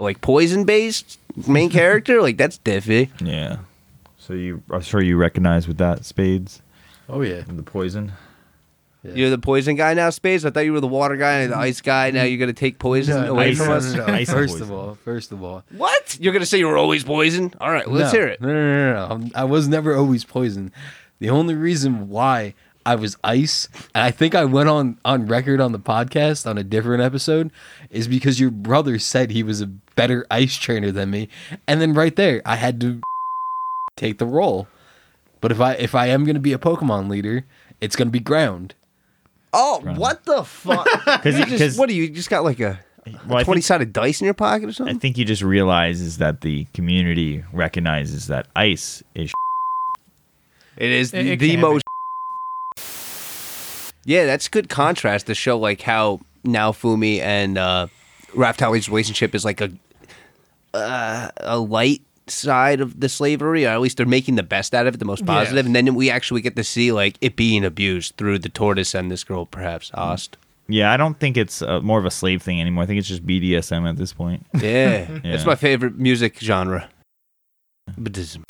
like poison based main character. Like that's diffy. Yeah. So you, I'm sure you recognize with that spades Oh yeah. and the poison. You're the poison guy now, Spades. I thought you were the water guy and the ice guy. Now you're gonna take poison away ice from is- us. no, no. Ice first boys. of all, first of all, What? You're gonna say you were always poison? All right, let's No, hear it. No, no, no, no. I'm- I was never always poisoned. The only reason why I was ice, and I think I went on on record on the podcast on a different episode, is because your brother said he was a better ice trainer than me, and then right there I had to take the role. But if I if I am gonna be a Pokemon leader, it's gonna be ground. Oh, what the fuck? Because You just- what do you you just got like a twenty sided dice in your pocket or I something? think he just realizes that the community recognizes that ice is. It is It- the, it the can be. most. Yeah, that's good contrast to show like how now Fumi and uh, Raftali's relationship is like a uh, a light side of the slavery, or at least they're making the best out of it, the most positive. And Yes. then we actually get to see like it being abused through the tortoise and this girl, perhaps Ost. Yeah, I don't think it's uh more of a slave thing anymore. I think it's just BDSM at this point. Yeah. Yeah. It's my favorite music genre. Buddhism.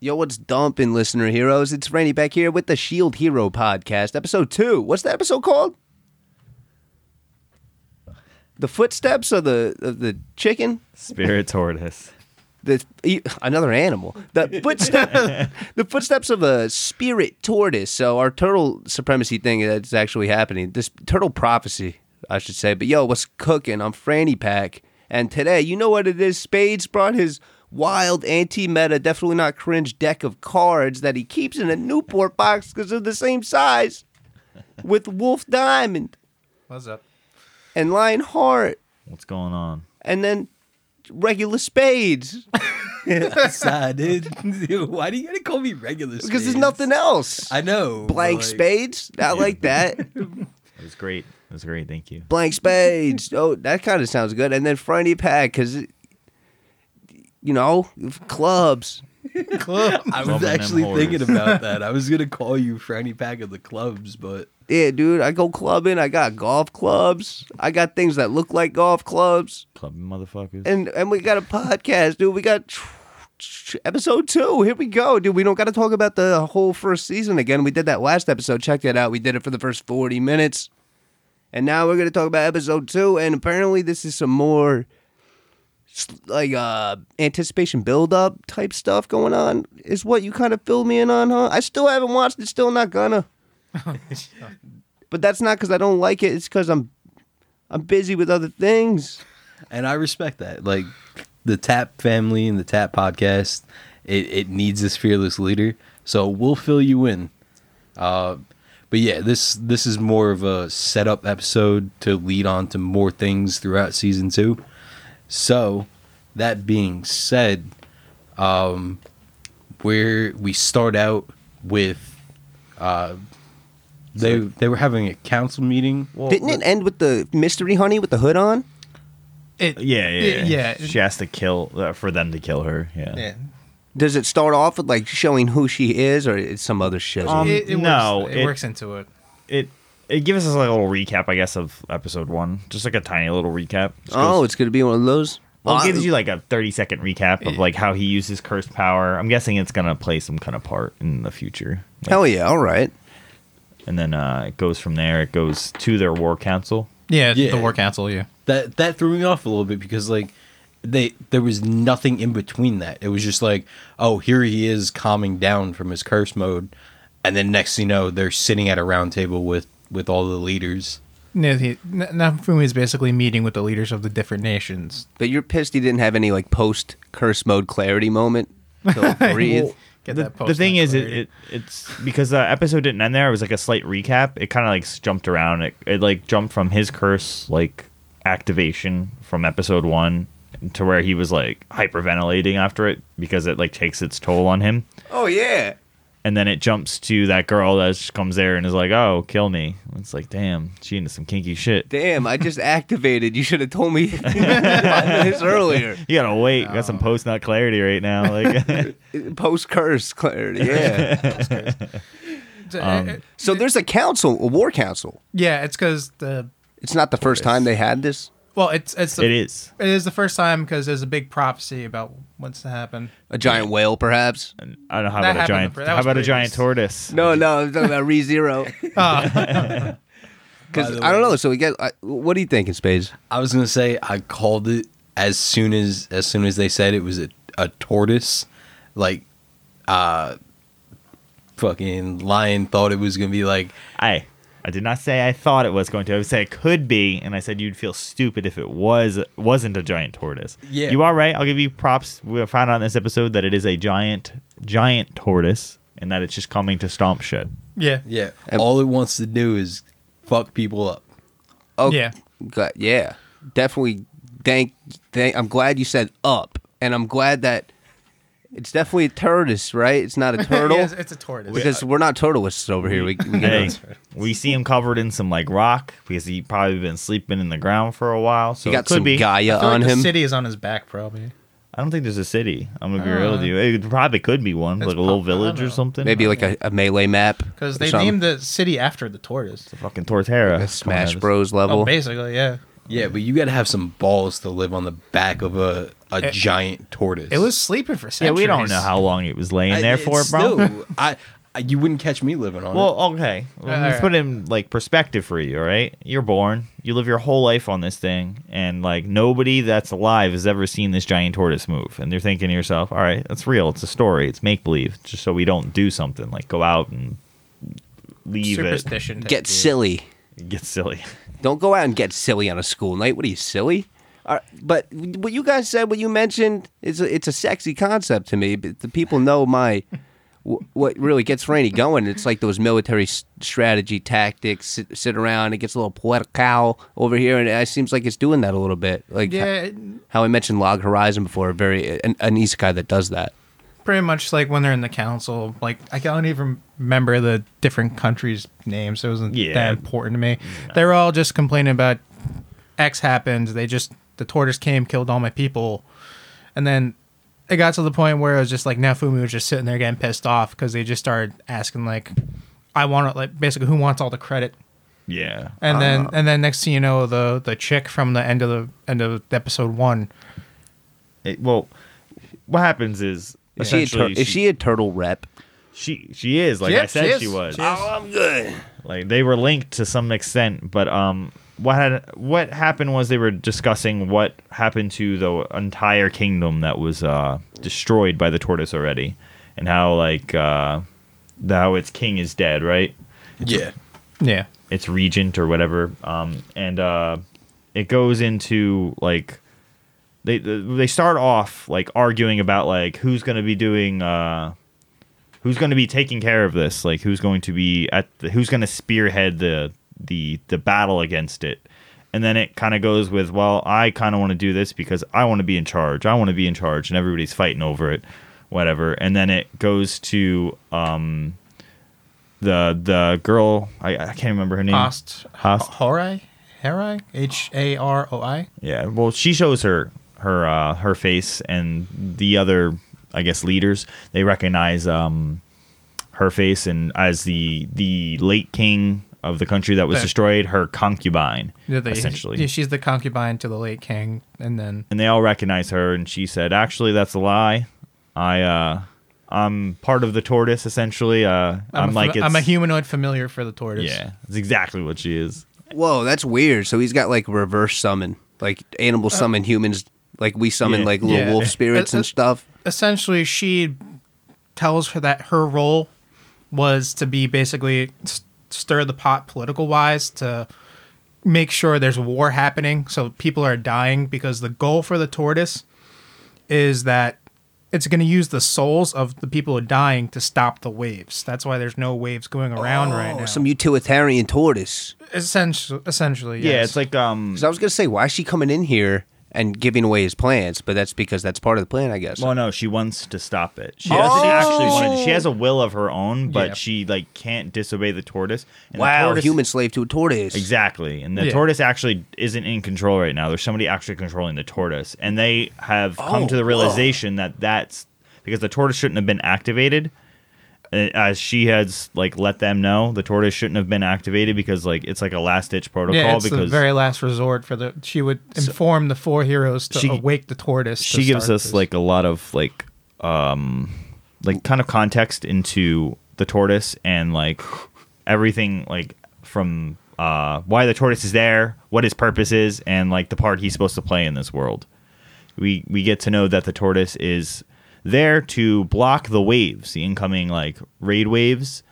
Yo, what's dumping, listener heroes? It's Randy back here with the Shield Hero podcast, episode two. What's the episode called? The footsteps of the of the chicken, Spirit tortoise. the e- another animal. The footsteps, the footsteps of a spirit tortoise. So our turtle supremacy thing that's actually happening. This turtle prophecy, I should say. But yo, what's cooking? I'm Franny Pack, and today, you know what it is. Spades brought his wild anti-meta, definitely not cringe deck of cards that he keeps in a Newport box because they're the same size, with Wolf Diamond What's up? and Lion Heart, What's going on? and then regular spades Sad, dude. Why do you gotta call me regular? because there's spades? nothing else. I know. but Blank like- spades? I like that. It was great. It was great. Thank you. Blank spades. Oh, that kind of sounds good. And then Friday pack, because, you know, clubs. I was Loving them actually whores. thinking about that. I was gonna call you Franny Pack of the clubs, but Yeah, dude, I go clubbing. I got golf clubs. I got things that look like golf clubs. Club motherfuckers. And and we got a podcast, dude. We got tr- tr- episode two. Here we go, dude. We don't got to talk about the whole first season again. We did that last episode. Check that out. We did it for the first 40 minutes. And now we're going to talk about episode two. And apparently, this is some more s- like uh anticipation build up type stuff going on is what you kind of filled me in on huh i still haven't watched it still not gonna but that's not because i don't like it it's because i'm i'm busy with other things and I respect that. Like the Tap family and the Tap podcast, it, it needs this fearless leader. So we'll fill you in. Uh, but yeah, this this is more of a setup episode to lead on to more things throughout season two. So that being said, um, where we start out with uh, they they were having a council meeting. Didn't it end with the mystery honey with the hood on? It, yeah, yeah, yeah, yeah. She has to kill uh, for them to kill her. Yeah. yeah. Does it start off with like showing who she is, or it's some other shit? Um, it, it no, works, it, it- works into it. It it gives us like a little recap, I guess, of episode one. Just like a tiny little recap. Just oh, goes- it's gonna be one of those. Well, Oh, it gives you like a 30 second recap of like how he uses cursed power. I'm guessing it's gonna play some kind of part in the future. Like, hell yeah! All right. and then uh, it goes from there. It goes to their war council. Yeah, Yeah. the war council. Yeah, that that threw me off a little bit because like they there was nothing in between that it was just like oh here he is calming down from his curse mode and then next thing you know they're sitting at a round table with with all the leaders no, he- N- Nafumi is basically meeting with the leaders of the different nations. But you're pissed he didn't have any like post curse mode clarity moment. To breathe. Get the, that the thing is, it, post-nut it it's because the episode didn't end there. It was like a slight recap. It kind of like s- jumped around. It, it like jumped from his curse like activation from episode one to where he was like hyperventilating after it because it like takes its toll on him. Oh yeah. And then it jumps to that girl that just comes there and is like, "Oh, kill me." It's like, damn, she into some kinky shit. Damn, I just activated. You should have told me five minutes earlier. You gotta wait. Got Oh. some post nut clarity right now. Like, Post curse clarity. Yeah. Um, so there's a council, a war council. yeah, it's because the It's not the first time they had this. well, it's it's the, it is. it is the first time because there's a big prophecy about what's to happen. A giant whale, perhaps. I don't know how That about a happened giant. for- that How was about a giant previous. tortoise? No, no, I'm talking about Re Zero. Uh, Because the I don't know. So we get. I, what do you think in space? I was gonna say I called it as soon as as soon as they said it was a, a tortoise, like uh fucking lion thought it was gonna be like I I did not say I thought it was going to. I said it could be, and I said you'd feel stupid if it was wasn't a giant tortoise. Yeah. you are right. I'll give you props. We found out in this episode that it is a giant giant tortoise, and that it's just coming to stomp shit. yeah, yeah. All it wants to do is fuck people up. Oh, Yeah. gla- yeah. Definitely. Thank, thank. I'm glad you said up, and I'm glad that it's definitely a tortoise, right? It's not a turtle Yes, it's a tortoise. because we're not turtleists over here. We, we get Hey, we see him covered in some like rock because he probably been sleeping in the ground for a while. So You it got could some be. Gaia I feel on like him. The city is on his back, probably. I don't think there's a city. I'm gonna be real Uh, with you. It probably could be one, That's like a little prob- I don't village or know. something. Maybe like a, a melee map. Because or they something. named the city after the tortoise. fucking Torterra. a Smash Bros level. Oh, basically, yeah. Yeah, but you gotta have some balls to live on the back of a, a giant tortoise. It was sleeping for Yeah, centuries. we don't know how long it was laying I- there for, it's bro. still- I, I you wouldn't catch me living on it. Well, okay. Well, All let's right. put it in like perspective for you. All right, you're born, you live your whole life on this thing, and like nobody that's alive has ever seen this giant tortoise move, and they're thinking to yourself, "All right, that's real. It's a story. It's make believe. Just so we don't do something like go out and leave it, superstition. type Get deal. silly. get silly." Don't go out and get silly on a school night. What are you silly? All right, but what you guys said, what you mentioned, is a, it's a sexy concept to me. But the people know my wh- what really gets Rainey going. It's like those military s- strategy tactics. Sit, sit around, it gets a little poetical over here, and it seems like it's doing that a little bit. Like Yeah, h- it- how I mentioned Log Horizon before, very an, an isekai that does that. pretty much like when they're in the council. Like I don't even remember the different countries' names. It wasn't Yeah. that important to me. They were all just complaining about X happened. They just the tortoise came, killed all my people, and then it got to the point where it was just like Nafumi was just sitting there getting pissed off because they just started asking like, "I want it." Like basically, who wants all the credit? Yeah, And then and then next thing you know, the the chick from the end of the end of episode one. It- well, what happens is Is she a tur- essentially is she a turtle rep? she she is like Yeah, I said she she, is. was. She is. Oh, I'm good. like they were linked to some extent but um what had what happened was they were discussing what happened to the entire kingdom that was uh destroyed by the tortoise already and how like uh the- how its king is dead right yeah. Yeah. its regent or whatever um and uh it goes into like they they start off like arguing about like who's going to be doing uh who's going to be taking care of this like who's going to be at the, who's going to spearhead the the the battle against it and then it kind of goes with well i kind of want to do this because i want to be in charge i want to be in charge and everybody's fighting over it whatever and then it goes to um the the girl i, I can't remember her name Host. Host. Horai? Harai? H A R O I? Yeah. Well, she shows her her uh, her face, and the other, I guess, leaders they recognize um, her face, and as the the late king of the country that was The- destroyed, her concubine, Yeah, they- essentially. Yeah, she's the concubine to the late king. And then, and they all recognize her, and she said, "Actually, that's a lie. I uh, I'm part of the tortoise, essentially. Uh, I'm, a, like fami- I'm a it's- humanoid familiar for the tortoise. Yeah, that's exactly what she is. Whoa, that's weird. So he's got like reverse summon, like animal summon humans, like we summon yeah. like little Uh, Yeah. wolf spirits Uh, uh, and stuff. Essentially, she tells her that her role was to be basically s- stir the pot political wise to make sure there's war happening so people are dying because the goal for the tortoise is that it's going to use the souls of the people who are dying to stop the waves. That's why there's no waves going around right Oh, now. some utilitarian tortoise. Essentially, essentially, Yeah, yes. it's like um, Because I was gonna say, why is she coming in here and giving away his plans, but that's because that's part of the plan, I guess. Well, no, she wants to stop it. She Oh! doesn't actually want to. She has a will of her own, but Yeah. she like can't disobey the tortoise. And the wow, tortoise- human slave to a tortoise. Exactly. And the Yeah. tortoise actually isn't in control right now. There's somebody actually controlling the tortoise. And they have come Oh, to the whoa. realization that that's because the tortoise shouldn't have been activated. uh, As she has like let them know, the tortoise shouldn't have been activated because like it's like a last ditch protocol Yeah, it's the because very last resort for the. She would inform the four heroes to She- awake the tortoise. to she gives start us this. like a lot of like um like kind of context into the tortoise and like everything like from uh why the tortoise is there what his purpose is and like the part he's supposed to play in this world we we get to know that the tortoise is there to block the waves the incoming like raid waves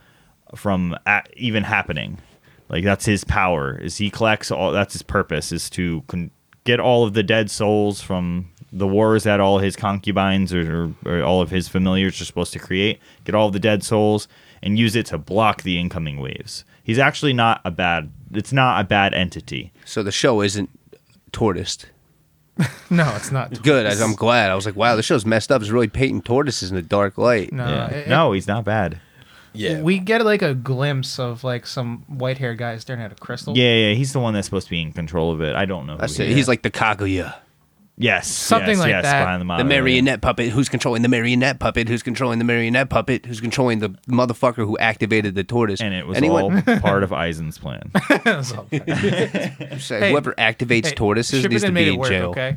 from a- even happening. Like that's his power. Is he collects all? That's his purpose. Is to con- get all of the dead souls from the wars that all his concubines or, or, or all of his familiars are supposed to create. Get all of the dead souls and use it to block the incoming waves. He's actually not a bad. It's not a bad entity. So the show isn't tortoise. no, it's not. Good. I, I'm glad. I was like, wow, the show's messed up. It's really painting tortoises in the dark light. No, Yeah. Uh, it- no, he's not bad. Yeah. we get like a glimpse of like some white haired guy staring at a crystal. Yeah, yeah, he's the one that's supposed to be in control of it. I don't know. Who That's he it. is. He's like the Kaguya, Yes, Something yes, like yes, that. Behind the the, monitor. marionette puppet. Who's controlling the marionette puppet? Who's controlling the marionette puppet? Who's controlling the motherfucker who activated the tortoise? and it was Anyone, all part of Eisen's plan. So- say, Hey, whoever activates hey, tortoises Shippuden needs to made be it in work, jail. Okay.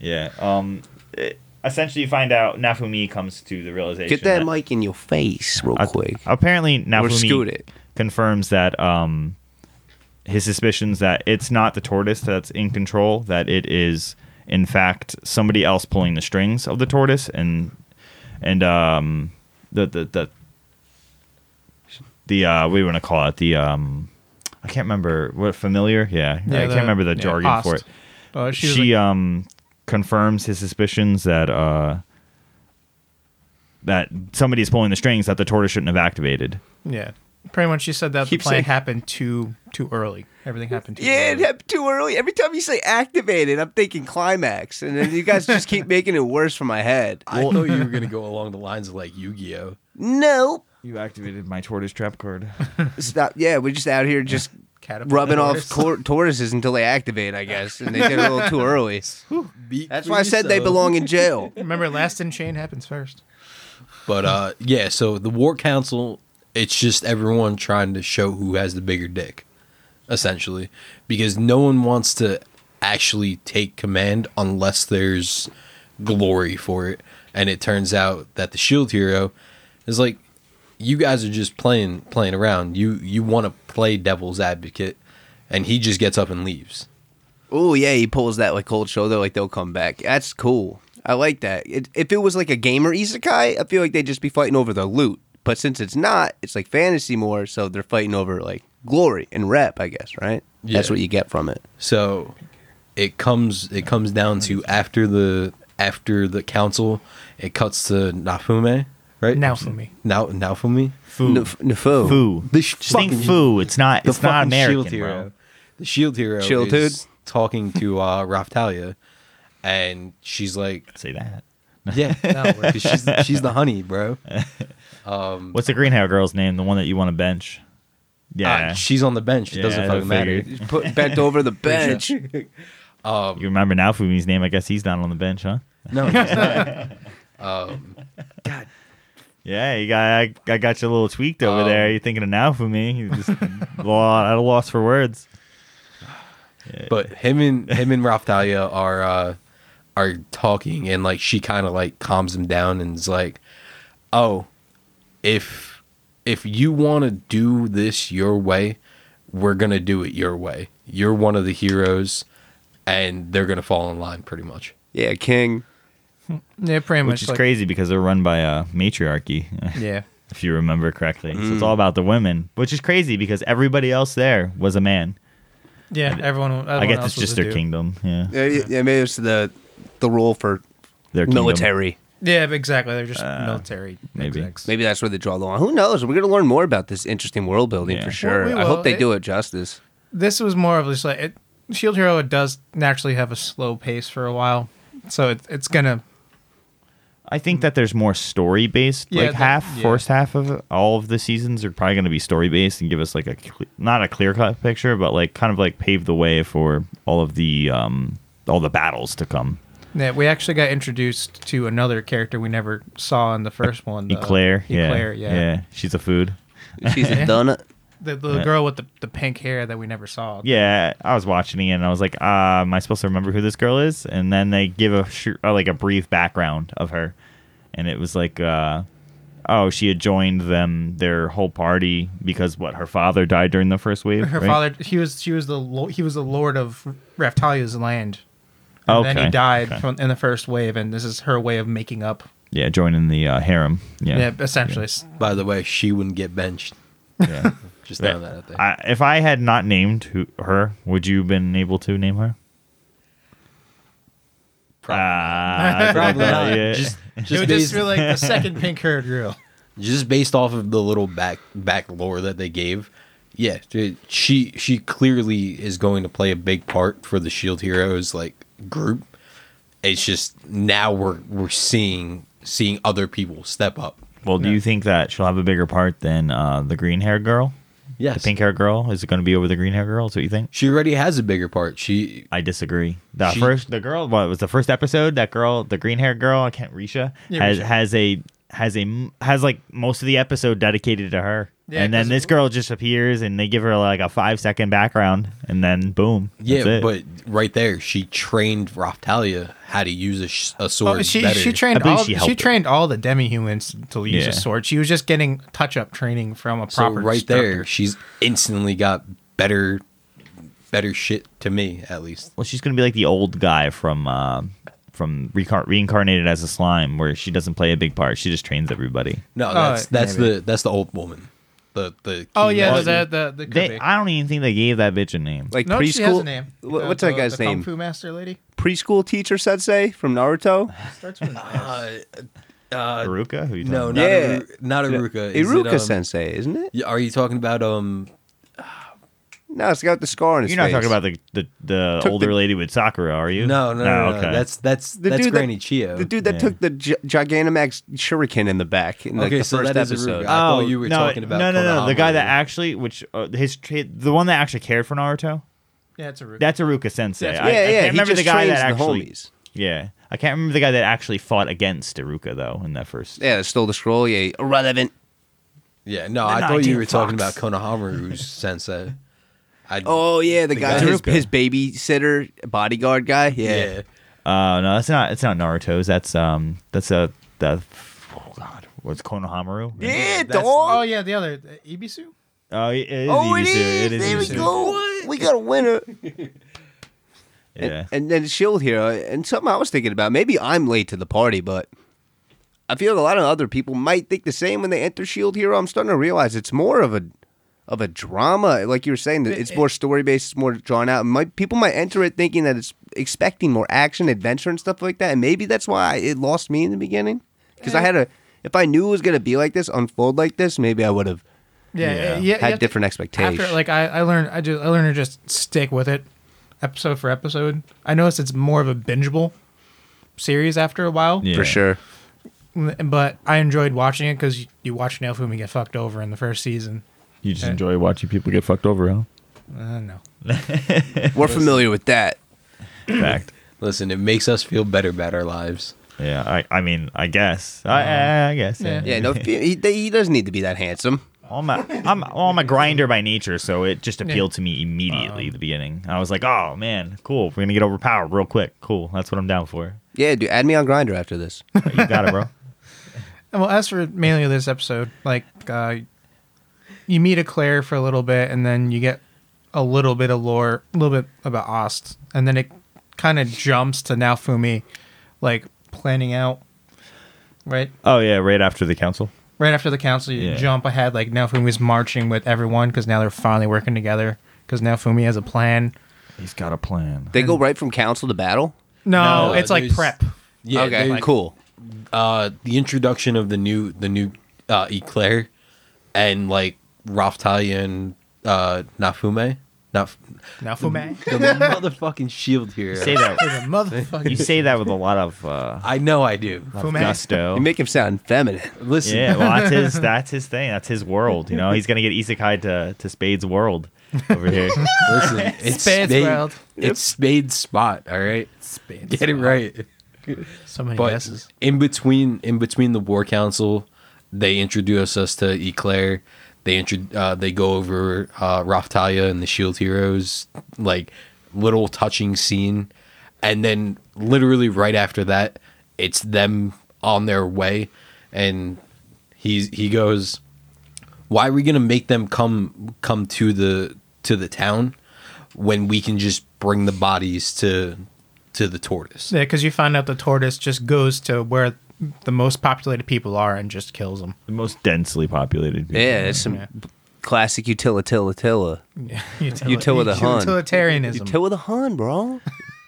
Yeah. Um. It, essentially, you find out Nafumi comes to the realization. Get that mic in your face real a- quick. Apparently, scoot Nafumi it. confirms that um, his suspicions that it's not the tortoise that's in control. That it is, in fact, somebody else pulling the strings of the tortoise, and and um, the the the the uh, what do you want to call it? The um, I can't remember what familiar. Yeah, I can't the- remember the yeah, jargon for it Ost. Uh, she she, was like, um confirms his suspicions that uh that somebody's pulling the strings that the tortoise shouldn't have activated. yeah. Pretty much, she said that the Keep plan saying- happened too too early. Everything happened too. Yeah, it early. happened too early. Every time you say activated, I'm thinking climax, and then you guys just keep making it worse for my head. I thought you were gonna go along the lines of like Yu-Gi-Oh. Nope. You activated my tortoise trap card. Stop. Yeah, we're just out here just Catapult rubbing off tortoise. tor- tortoises until they activate, I guess, and they did it a little too early. Beat That's for why I said they yourself. belong in jail. Remember, last in chain happens first. But uh, yeah, so the war council, it's just everyone trying to show who has the bigger dick, essentially, because no one wants to actually take command unless there's glory for it. And it turns out that the shield E hero is like, you guys are just playing playing around. You you want to play devil's advocate, and he just gets up and leaves. Oh yeah, he pulls that like cold shoulder, like they'll come back. That's cool. I like that. It, if it was like a gamer isekai, I feel like they'd just be fighting over the loot. But since it's not, it's like fantasy more, so they're fighting over like glory and rep, I guess, right? That's Yeah. what you get from it. So it comes it comes down to after the after the council, it cuts to Nafume, right? Now for me. Now Nafume. Foo. Nuf- Nufo. foo. The sh- Just think fucking- foo. It's not it's not American, bro. The shield hero Shield is talking to uh Raftalia and she's like, Say that. Yeah, No, we're- 'cause she's she's the honey, bro. What's the green hair girl's name? The one that you want to bench? Yeah. Uh, she's on the bench. It Yeah, doesn't I fucking matter. figured. Put, bent over the bench. you remember now Fumi's name? I guess he's not on the bench, huh? No, she's not. Yeah, you got I, I got you a little tweaked over Um, there. You're thinking of now Fumi. You just lot at a loss for words. but him and him and Raftalia are uh, are talking, and like she kind of like calms him down and is like, "Oh, if if you want to do this your way, we're gonna do it your way. You're one of the heroes, and they're gonna fall in line, pretty much." yeah, king. Yeah, pretty much. which is like- crazy because they're run by a matriarchy, Yeah. if you remember correctly. So it's all about the women, which is crazy because everybody else there was a man. Yeah. Everyone. everyone I guess else it's was just a their dude. kingdom. Yeah, Yeah, yeah, yeah, maybe it's the the role for their kingdom. military. Yeah, exactly. They're just military. Uh, maybe. execs. Maybe that's where they draw the line. Who knows? We're gonna learn more about this interesting world building Yeah. for Well, sure. we I will. hope they It- do it justice. This was more of just like it, Shield E Hero does naturally have a slow pace for a while, so it, it's gonna I think that there's more story based. Yeah, like that- half, yeah. first half of it, all of the seasons are probably going to be story based and give us like a cle- not a clear cut picture, but like kind of like pave the way for all of the um all the battles to come. Yeah, we actually got introduced to another character we never saw in the first one. The Eclair, yeah, Uh, Eclair, yeah. she's a food. She's a donut. The, the Yeah. girl with the, the pink hair that we never saw. Yeah, I was watching it and I was like, uh, am I supposed to remember who this girl is? And then they give a sh- uh, like a brief background of her, and it was like, uh, oh, she had joined them their whole party because what her father died during the first wave. Her right? father, he was she was the lo- he was the lord of Raftalia's land. And Then Okay, he died okay. from, in the first wave, and this is her way of making up. Yeah, joining the uh, harem. Yeah. Yeah, essentially. S- By the way, she wouldn't get benched. yeah. Just throwing that out there. I, if I had not named who, her, would you been able to name her? Uh, Probably not. yeah. Just, it just, was just based, really like the second pink haired girl. just based off of the little back back lore that they gave. Yeah, dude, she she clearly is going to play a big part for the Shield E Heroes like group. It's just now we're we're seeing seeing other people step up. well, do you think that she'll have a bigger part than uh, the green hair girl? Yes, The pink hair girl? Is it going to be over the green hair girl? Is what you think? she already has a bigger part. She I disagree. The She- first, the girl, what was the first episode? That girl, the green hair girl, I can't. Risha Yeah, has Risha. has a has a m- has like most of the episode dedicated to her, Yeah, and then 'cause- this girl just appears and they give her like a five second background, and then boom, that's yeah, it. but right there, she trained Raftalia how to use a, sh- a sword. Oh, she better. she trained believe all she she, helped her. trained all the demi humans to use Yeah. a sword. She was just getting touch up training from a so proper right instructor. there, she's instantly got better better shit to me at least. well, she's gonna be like the old guy from uh, from recar- reincarnated as a slime, where she doesn't play a big part. She just trains everybody. No, that's that's maybe. the that's the old woman. The the Oh key yeah, master. the the, the, the could They, be. I don't even think they gave that bitch a name. Like No, preschool. she has a name. Wha- The- What's the- that guy's the name? Kung Fu Master Lady Preschool teacher sensei from Naruto. starts with an S. uh, Haruka? Who you no, talking not Yeah. Aru- not Aruka. Is it, Iruka um, sensei, isn't it? y- Are you talking about um? No, it's got the scar on about? his You're not face. talking about the the, the Took older the- lady with Sakura, are you? Oh, No, no, no, no, Ah, okay. That's that's The that's dude that- Granny Chio. the dude that Yeah. took the G- Gigantamax shuriken in the back in like, Okay, the so first that is episode. Uh, Iruka. I thought you were Oh, no, talking about no, no, no. The guy Konohamaru. that actually, which uh, his tra- the one that actually cared for Naruto. Yeah, it's a root. That's Aruka Sensei. yeah, I, I yeah. can't he remember just the guy trains that the actually. homies. Yeah, I can't remember the guy that actually fought against Aruka though in that first. Yeah, stole the scroll. Yeah, irrelevant. yeah, no, I thought Nightingale you were talking about Fox. Konohamaru's sensei. I, Oh yeah, the, guy, guy- his, Iruka. his babysitter, bodyguard guy. Yeah, yeah. Uh, no, that's not. It's not Naruto's. That's um. That's a the. Oh God, what's Konohamaru? yeah, that's- dog. Oh yeah, the other uh, Ibisu. Oh, it is. Oh, it Ibisu. is. there Ibisu. we go. We got a winner. Yeah. And then Shield Hero, and something I was thinking about. Maybe I'm late to the party, but I feel a lot of other people might think the same when they enter Shield E Hero. I'm starting to realize it's more of a of a drama, like you were saying. That it's more story based, it's more drawn out. Might, people might enter it thinking that it's expecting more action, adventure, and stuff like that. And maybe that's why it lost me in the beginning because I had a. If I knew it was gonna be like this, unfold like this, maybe I would have Yeah. Yeah, yeah. you have had to- different expectations. After like I, I learned I just I learned to just stick with it, episode for episode. I noticed it's more of a bingeable series after a while. Yeah. for sure. But I enjoyed watching it because you, you watch Naofumi get fucked over in the first season. You just enjoy watching people get fucked over, huh? Uh, no. We're familiar with that. Fact. Listen, it makes us feel better about our lives. Yeah. I. I mean. I guess. I. I, I guess. Yeah. Yeah, no, he, he doesn't need to be that handsome. Well, I'm a, I'm, well, I'm a grinder by nature, so it just appealed to me immediately at the beginning. I was like, oh man, cool. We're gonna get overpowered real quick. Cool. That's what I'm down for. Yeah, dude, add me on Grinder after this. You got it, bro. And, Well, as for mainly this episode, like uh, you meet a Claire for a little bit, and then you get a little bit of lore, a little bit about Ost, and then it kind of jumps to now Fumi, like planning out, right? oh yeah, right after the council. Right after the council, you Yeah. jump ahead. Like now Fumi's marching with everyone because now they're finally working together. Because now Fumi has a plan. He's got a plan. They go right from council to battle. No, No, it's like there's- prep. Yeah, okay, they- cool. uh, the introduction of the new the new uh, Eclair and like Raftalia and uh, Nafume. Not Now Fume. the motherfucking shield You here. say that. There's a motherfucking You say that with a lot of uh, I know I do. Fume. gusto. oh. You make him sound feminine. Listen, Yeah, well, that's his. That's his thing. That's his world. You know, he's gonna get isekai to to Spade's world over here. listen. It's Spade's Spade, world. It's Spade's spot. All right, Spades. get it right. So many But guesses. in between, in between the War Council, they introduce us to Eclair. They intro, uh, they go over uh, Raftalia and the Shield E Heroes, like little touching scene, and then literally right after that, it's them on their way, and he's he goes, "Why are we gonna make them come come to the to the town when we can just bring the bodies to to the tortoise?" Yeah, because you find out the tortoise just goes to where the most populated people are and just kills them. The most densely populated. people. Yeah, it's some Yeah. classic utilitilla. Yeah, Utila the Hun. Utilitarianism. Utila the Hun, bro.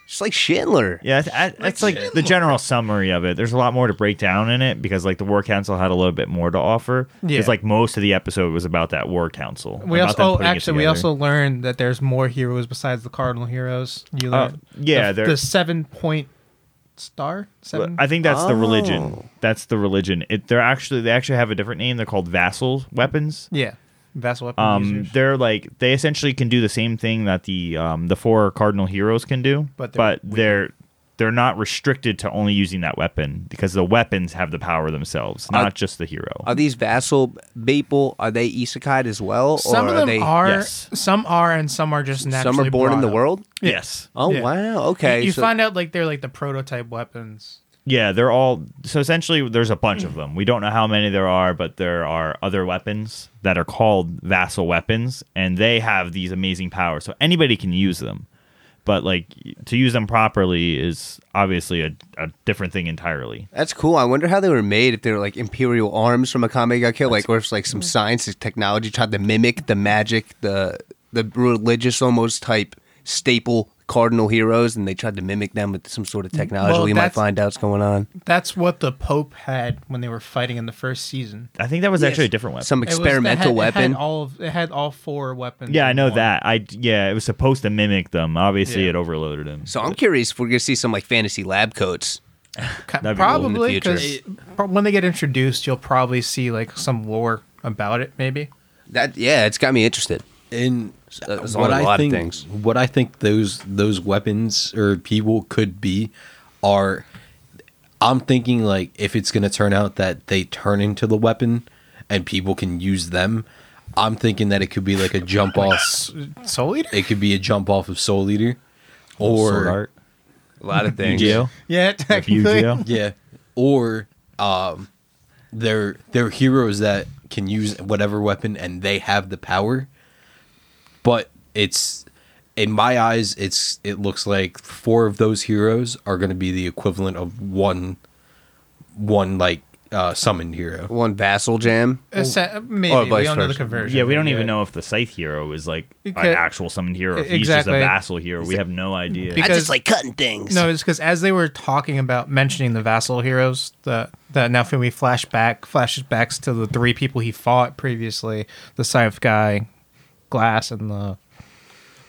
It's like Schindler. Yeah, that's, I- that's like the general summary of it. There's a lot more to break down in it because like the war council had a little bit more to offer. Yeah. Because like most of the episode was about that war council. we about also them oh, putting it actually we together. also learned that there's more heroes besides the cardinal heroes. You Uh, learn yeah, the, there- the seven point star But seven. I think that's the religion. Oh. That's the religion. It, they're actually they actually have a different name. They're called vassal weapons. yeah, vessel weapon Um, users. they're like they essentially can do the same thing that the um, the four cardinal heroes can do, But they're but they're they're not restricted to only using that weapon because the weapons have the power themselves, not just the hero. Are these vassal people? Are they isekai as well? Some or of them are they are. Yes. Some are, and some are just naturally. some are born in brought the up. world? yes. Oh Yeah. wow. Okay. you so- find out like they're like the prototype weapons. Yeah, they're all so essentially there's a bunch of Hmm. them. We don't know how many there are, but there are other weapons that are called vassal weapons and they have these amazing powers. So anybody can use them. But like to use them properly is obviously a, a different thing entirely. that's cool. I wonder how they were made. If they were like imperial arms from a comic got killed, like or if like some science and technology tried to mimic the magic, the the religious almost type staple cardinal heroes, and they tried to mimic them with some sort of technology. Mm, Well, we might that's- find out what's going on. That's what the Pope had when they were fighting in the first season. I think that was actually a Yes. different weapon. Some It was- it experimental had- It weapon. had all of- it had all four weapons. yeah, I in know one. that. I yeah, it was supposed to mimic them. Obviously, Yeah. it overloaded them. so I'm curious if we're gonna see some like fantasy lab coats. Ca- That'd be cool. In the Probably future. because when they get introduced, you'll probably see like some lore about it. Maybe That yeah, it's got me interested. And That's what a lot I of think, things. what I think those those weapons or people could be, are, I'm thinking like if it's gonna turn out that they turn into the weapon, and people can use them, I'm thinking that it could be like a jump off. Soul Eater. It could be a jump off of Soul Eater, or Sword art. A lot of things. Yu-Gi-Oh? Yeah, technically. Yu-Gi-Oh? Yeah, or um, they're they're heroes that can use whatever weapon and they have the power. But it's in my eyes, it's it looks like four of those heroes are going to be the equivalent of one, one like uh, summoned hero. One vassal jam. Uh, se- maybe or we vice don't know the versa. conversion. Yeah, we don't even yet. know if the Scythe hero is like Okay. an actual summoned hero. If Exactly. he's just a vassal hero. We have no idea. Because- I just like cutting things. No, it's because as they were talking about mentioning the vassal heroes, the the Naofumi flashback flashes back to the three people he fought previously: the scythe guy, Glass, and the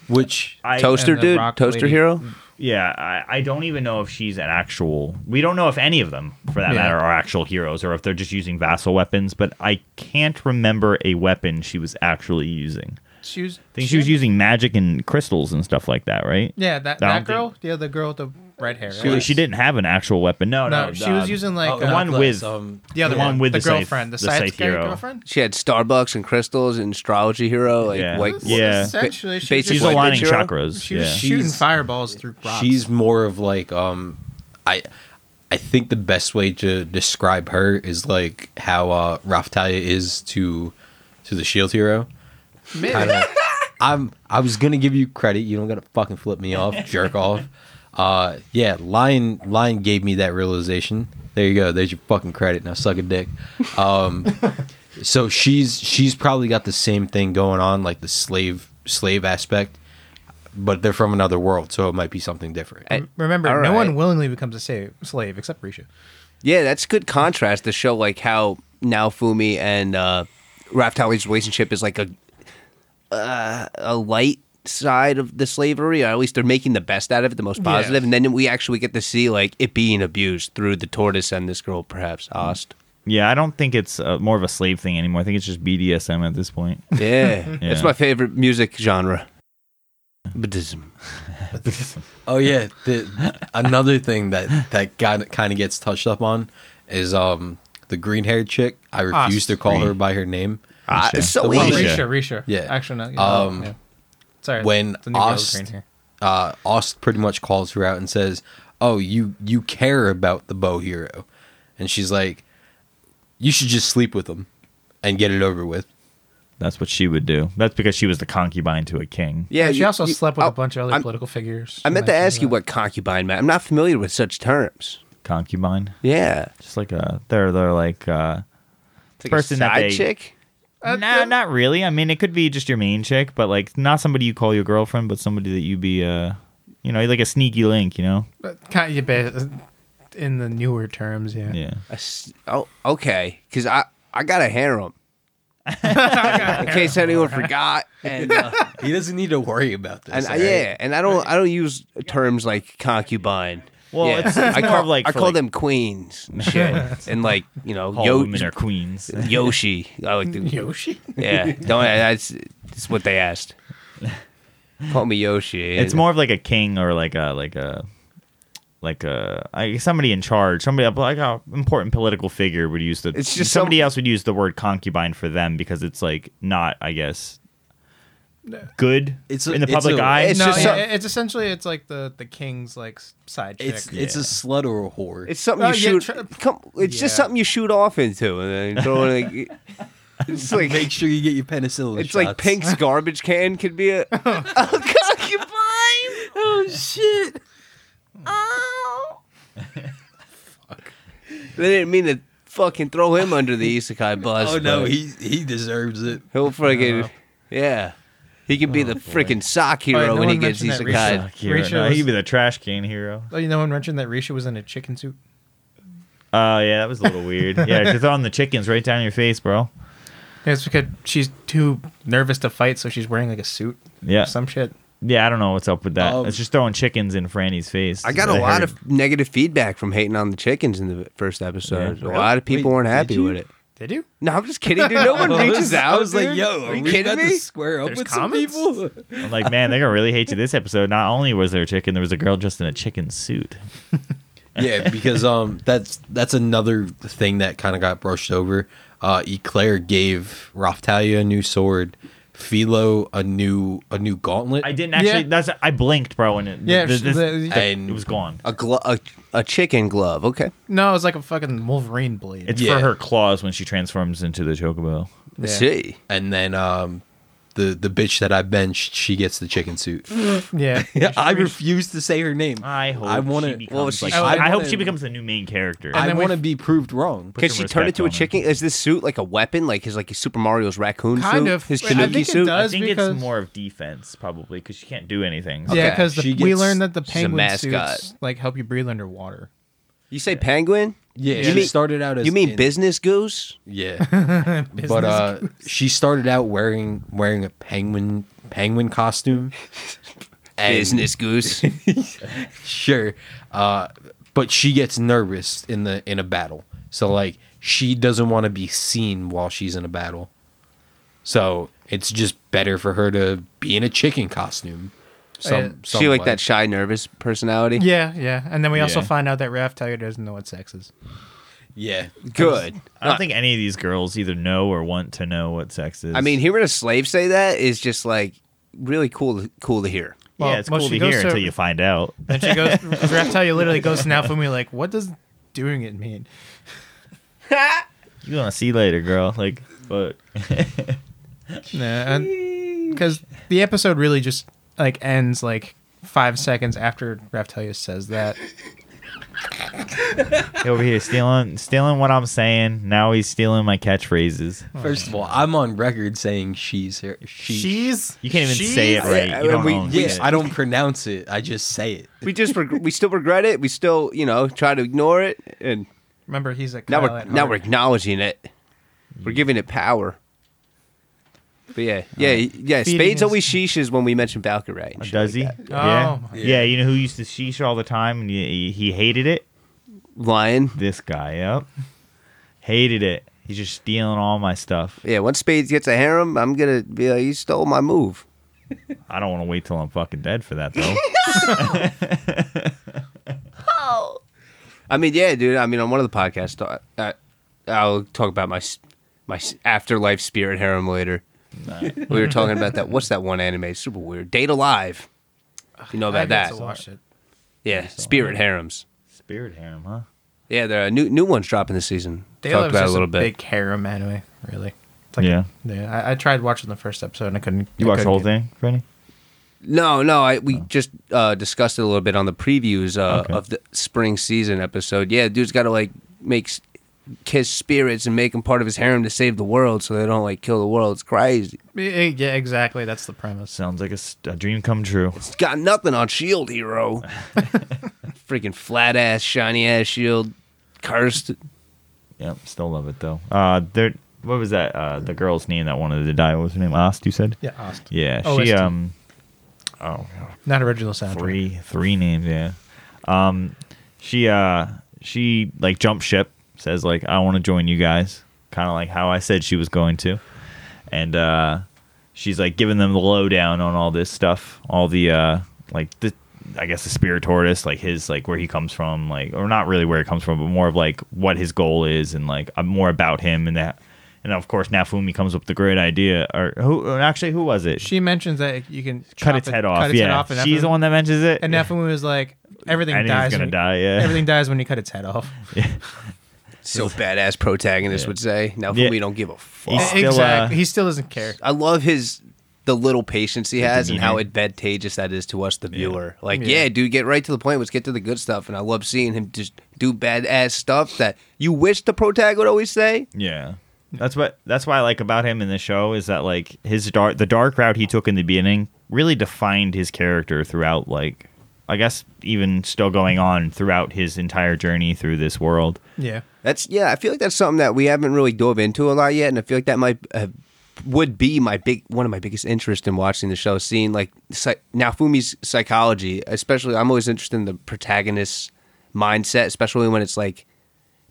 Which I, Toaster and the dude, rock toaster lady. hero. yeah, I, I don't even know if she's an actual. We don't know if any of them, for that Yeah. matter, are actual heroes or if they're just using vassal weapons. But I can't remember a weapon she was actually using. she was. I think she was using magic and crystals and stuff like that, right? Yeah, that, I that don't girl. Yeah, the girl with the red hair. She, right? she didn't have an actual weapon. No, no, No, she was um, using like the uh, one with um, the other the one one with the, the scythe- girlfriend, the the scythe, scythe guy hero. girlfriend. She had Starbucks and crystals and astrology hero. Like, Yeah. like Yeah. Essentially, she Ba- was basic she's just weapon aligning hero? chakras. She yeah. was shooting She's- fireballs through rocks. she's more of like um, I. I think the best way to describe her is like how uh, Raftalia is to to the Shield Hero. Maybe. kinda- I'm I was gonna give you credit. You don't gotta fucking flip me off, jerk off. Uh, yeah, Lion Lion gave me that realization. There you go. There's your fucking credit. Now suck a dick. Um, so she's she's probably got the same thing going on, like the slave slave aspect, but they're from another world, so it might be something different. And- Remember, All no one right. willingly becomes a slave, slave except Risha. Yeah, that's good contrast to show like how now Fumi and uh, Raftali's relationship is like a uh, a light side of the slavery, or at least they're making the best out of it, the most positive, and then we actually get to see like it being abused through the tortoise and this girl, perhaps Ost. Yeah, I don't think it's uh, more of a slave thing anymore. I think it's just BDSM at this point. Yeah, it's Yeah. my favorite music genre. Buddhism. Oh yeah, the, another thing that that got kind of gets touched up on is um the green haired chick. I refuse to call her by her name. Ah, it's so Alicia. Oh, easy. Risha, Risha. Yeah. Actually, no. Yeah. Um, yeah. Sorry. when it's a new girl Ost- green here. Uh, Aust pretty much calls her out and says, "Oh, you you care about the bow hero," and she's like, "You should just sleep with him and get it over with." That's what she would do. That's because she was the concubine to a king. Yeah, But she you- also you- slept with oh, a bunch of other I'm- political figures. I meant Oh, to ask you what. what concubine meant. I'm not familiar with such terms. Concubine, Yeah, just like a they're they're like uh, it's like Person a that side they- chick. no, not really. I mean, it could be just your main chick, but like not somebody you call your girlfriend, but somebody that you be uh, you know, like a sneaky link, you know? But kind of, yeah, ba- in the newer terms, yeah. Yeah. A s- Oh, okay. Because I I got a harem. In case anyone forgot, and uh, He doesn't need to worry about this. and I- all right? yeah, and I don't I don't use terms like concubine. Well, yeah. it's- it's I more call of like I for call like- them queens, and shit, and like you know All Yo- women are queens. Yoshi. I like to, Yoshi. yeah. Don't that's that's what they asked. Call me Yoshi. It's more of like a king or like a like a like a I- somebody in charge, somebody like a important political figure would use the. It's just some- somebody else would use the word concubine for them because it's like not, I guess, good it's It's a- in the it's public a- eye. it's no, just yeah, some- it's essentially it's like the the king's like s- side chick. It's it's a slut or a whore. It's something you Oh, yeah, shoot. tr- come, it's just yeah. something you shoot off into, and then throw in. Like, it's like Make sure you get your penicillin. it's like shots. Pink's garbage can could be a, a concubine. Oh shit! Oh. They didn't mean to fucking throw him under the isekai bus. Oh no, but he he deserves it. he'll freaking yeah. He can be Oh, the freaking sock hero no when he one gets isekai. mentioned that recently. Fuck hero. Risha No, was- he'd be the trash can hero. Oh, you know, one mentioned that Risha was in a chicken suit. Oh yeah, that was a little weird. Yeah, you're throwing the chickens right down your face, bro. Yeah, it's because she's too nervous to fight, so she's wearing like a suit. Yeah. Or some shit. Yeah, I don't know what's up with that. Um, it's just throwing chickens in Franny's face. I got a heard. lot of negative feedback from hating on the chickens in the first episode. Yeah. A lot of people Wait, weren't did happy you? with it. Did you? No, I'm just kidding, dude. No one I was- reaches out. I was like, dude. "Yo, are you we kidding about me?" to square up There's with comments? some people." I'm like, man, they're gonna really hate you this episode. Not only was there a chicken, there was a girl just in a chicken suit. yeah, because um, that's that's another thing that kind of got brushed over. Uh, Eclair gave Raftalia a new sword, Philo a new a new gauntlet. I didn't actually. Yeah. That's I blinked, bro, and it, Yeah, th- sh- this- the- the- And- it was gone. A, glo- a a chicken glove. Okay. No, it's like a fucking Wolverine blade. It's Yeah. for her claws when she transforms into the chocobo. I See. and then um, the the bitch that I benched, she gets the chicken suit. Mm, yeah. I refuse to say her name. I hope I want she to. becomes Well, she's- like, I I, wanna- hope she becomes the new main character. I then we- want to be proved wrong. Can some she turn respect into a on her. chicken? Is this suit like a weapon? Like his like his Super Mario's raccoon Kind suit? of. His I think Kanuki it suit. I does. think because- it's more of defense probably because she can't do anything. Yeah, because she we gets- learned that the she's a penguin mascot. suits like help you breathe underwater. You say penguin? Yeah, You she mean- started out as You mean in- business goose? Yeah, but uh, she started out wearing wearing a penguin penguin costume. and- Business goose. sure uh but she gets nervous in the in a battle so like she doesn't want to be seen while she's in a battle so it's just better for her to be in a chicken costume some, Yeah, some she like way. that shy, nervous personality. Yeah, yeah. And then we also Yeah. find out that Raftalia doesn't know what sex is. yeah Good. I don't think any of these girls either know or want to know what sex is. I mean, hearing a slave say that is just like really cool. To, cool to hear. yeah, Well, it's well, cool to she hear goes to- until you find out. And she goes, because Reptalia literally goes to Naofumi like, what does doing it mean? You're gonna see later, girl. Like, but Because the episode really just like ends like five seconds after Reptalia says that. over here stealing, stealing what I'm saying. Now he's stealing my catchphrases. first of all i'm on record saying she's her she, She's You can't even say it she's- right. Yeah, you don't we- own yeah it. i don't pronounce it i just say it We just reg- we still regret it. We still you know try to ignore it, and Remember, he's a now Kyle we're at now we're heart. acknowledging it. We're giving it power. But yeah, yeah, yeah. Feeding Spades is- always sheeshes when we mention Valkyrie. and shit Oh, Does he? like that. yeah. Oh my- yeah. You know who used to sheesh all the time and he, he hated it? Lion. This guy. Yep. Hated it. He's just stealing all my stuff. Yeah, once Spades gets a harem, I'm gonna be like, you stole my move. I don't want to wait till I'm fucking dead for that though. I mean, yeah, dude. I mean, on one of the podcasts, I, I, I'll talk about my s- my s- afterlife spirit harem later. We were talking about that. What's that one anime? It's super weird. Date Alive. If You know I about got that? to watch it. Yeah, spirit harems. Spirit harem, huh? Yeah, there are new new ones dropping this season. Daylight Talked was about it just a little a bit. big harem anyway, really. It's like Yeah. yeah. I, I tried watching the first episode and I couldn't. You I watch the couldn't whole get- thing, Franny? No, no. I we just uh, discussed it a little bit on the previews uh, Oh. Okay. of the spring season episode. Yeah, dude's got to like make s- kiss spirits and make them part of his harem to save the world, so they don't like kill the world. It's crazy. Eh, Yeah, exactly. That's the premise. Sounds like a, s- a dream come true. It's got nothing on Shield E Hero. Freaking flat ass, shiny ass Shield, E cursed. Yep, still love it though. Uh, there. What was that? Uh, the girl's name that wanted to die. What was her name? Ost, you said? Yeah, Ost. Yeah, she OST. um. Oh, Not original soundtrack. three three names. Yeah. Um, she uh she like jump ship says like I want to join you guys, kind of like how I said she was going to, and uh, she's like giving them the lowdown on all this stuff, all the uh like the. I guess the spirit tortoise, like his, like where he comes from, like or not really where he comes from, but more of like what his goal is, and like uh, more about him and that, and of course Nafumi comes up with the great idea, or who? or Actually, who was it? She mentions that you can cut chop its it- head off. Cut its yeah, head off and she's Nephil- the one that mentions it. And Nephilim was like, everything And he's dies. gonna when- die, yeah. Everything dies when you cut its head off. So badass protagonist would say. Now Yeah. we don't give a He's fuck. still, E, exactly. uh, he still doesn't care. I love his the little patience he has and how demeanor. advantageous that is to us, the viewer. Like, yeah. Yeah. dude, get right to the point. Let's get to the good stuff. And I love seeing him just do badass stuff that you wish the protagonist would always say. Yeah. That's what that's why I like about him in the show is that like his dark the dark route he took in the beginning really defined his character throughout like I guess even still going on throughout his entire journey through this world. Yeah. That's yeah. I feel like that's something that we haven't really dove into a lot yet, and I feel like that might uh, would be my big one of my biggest interest in watching the show, seeing like psych- Nafumi's psychology. Especially, I'm always interested in the protagonist's mindset, especially when it's like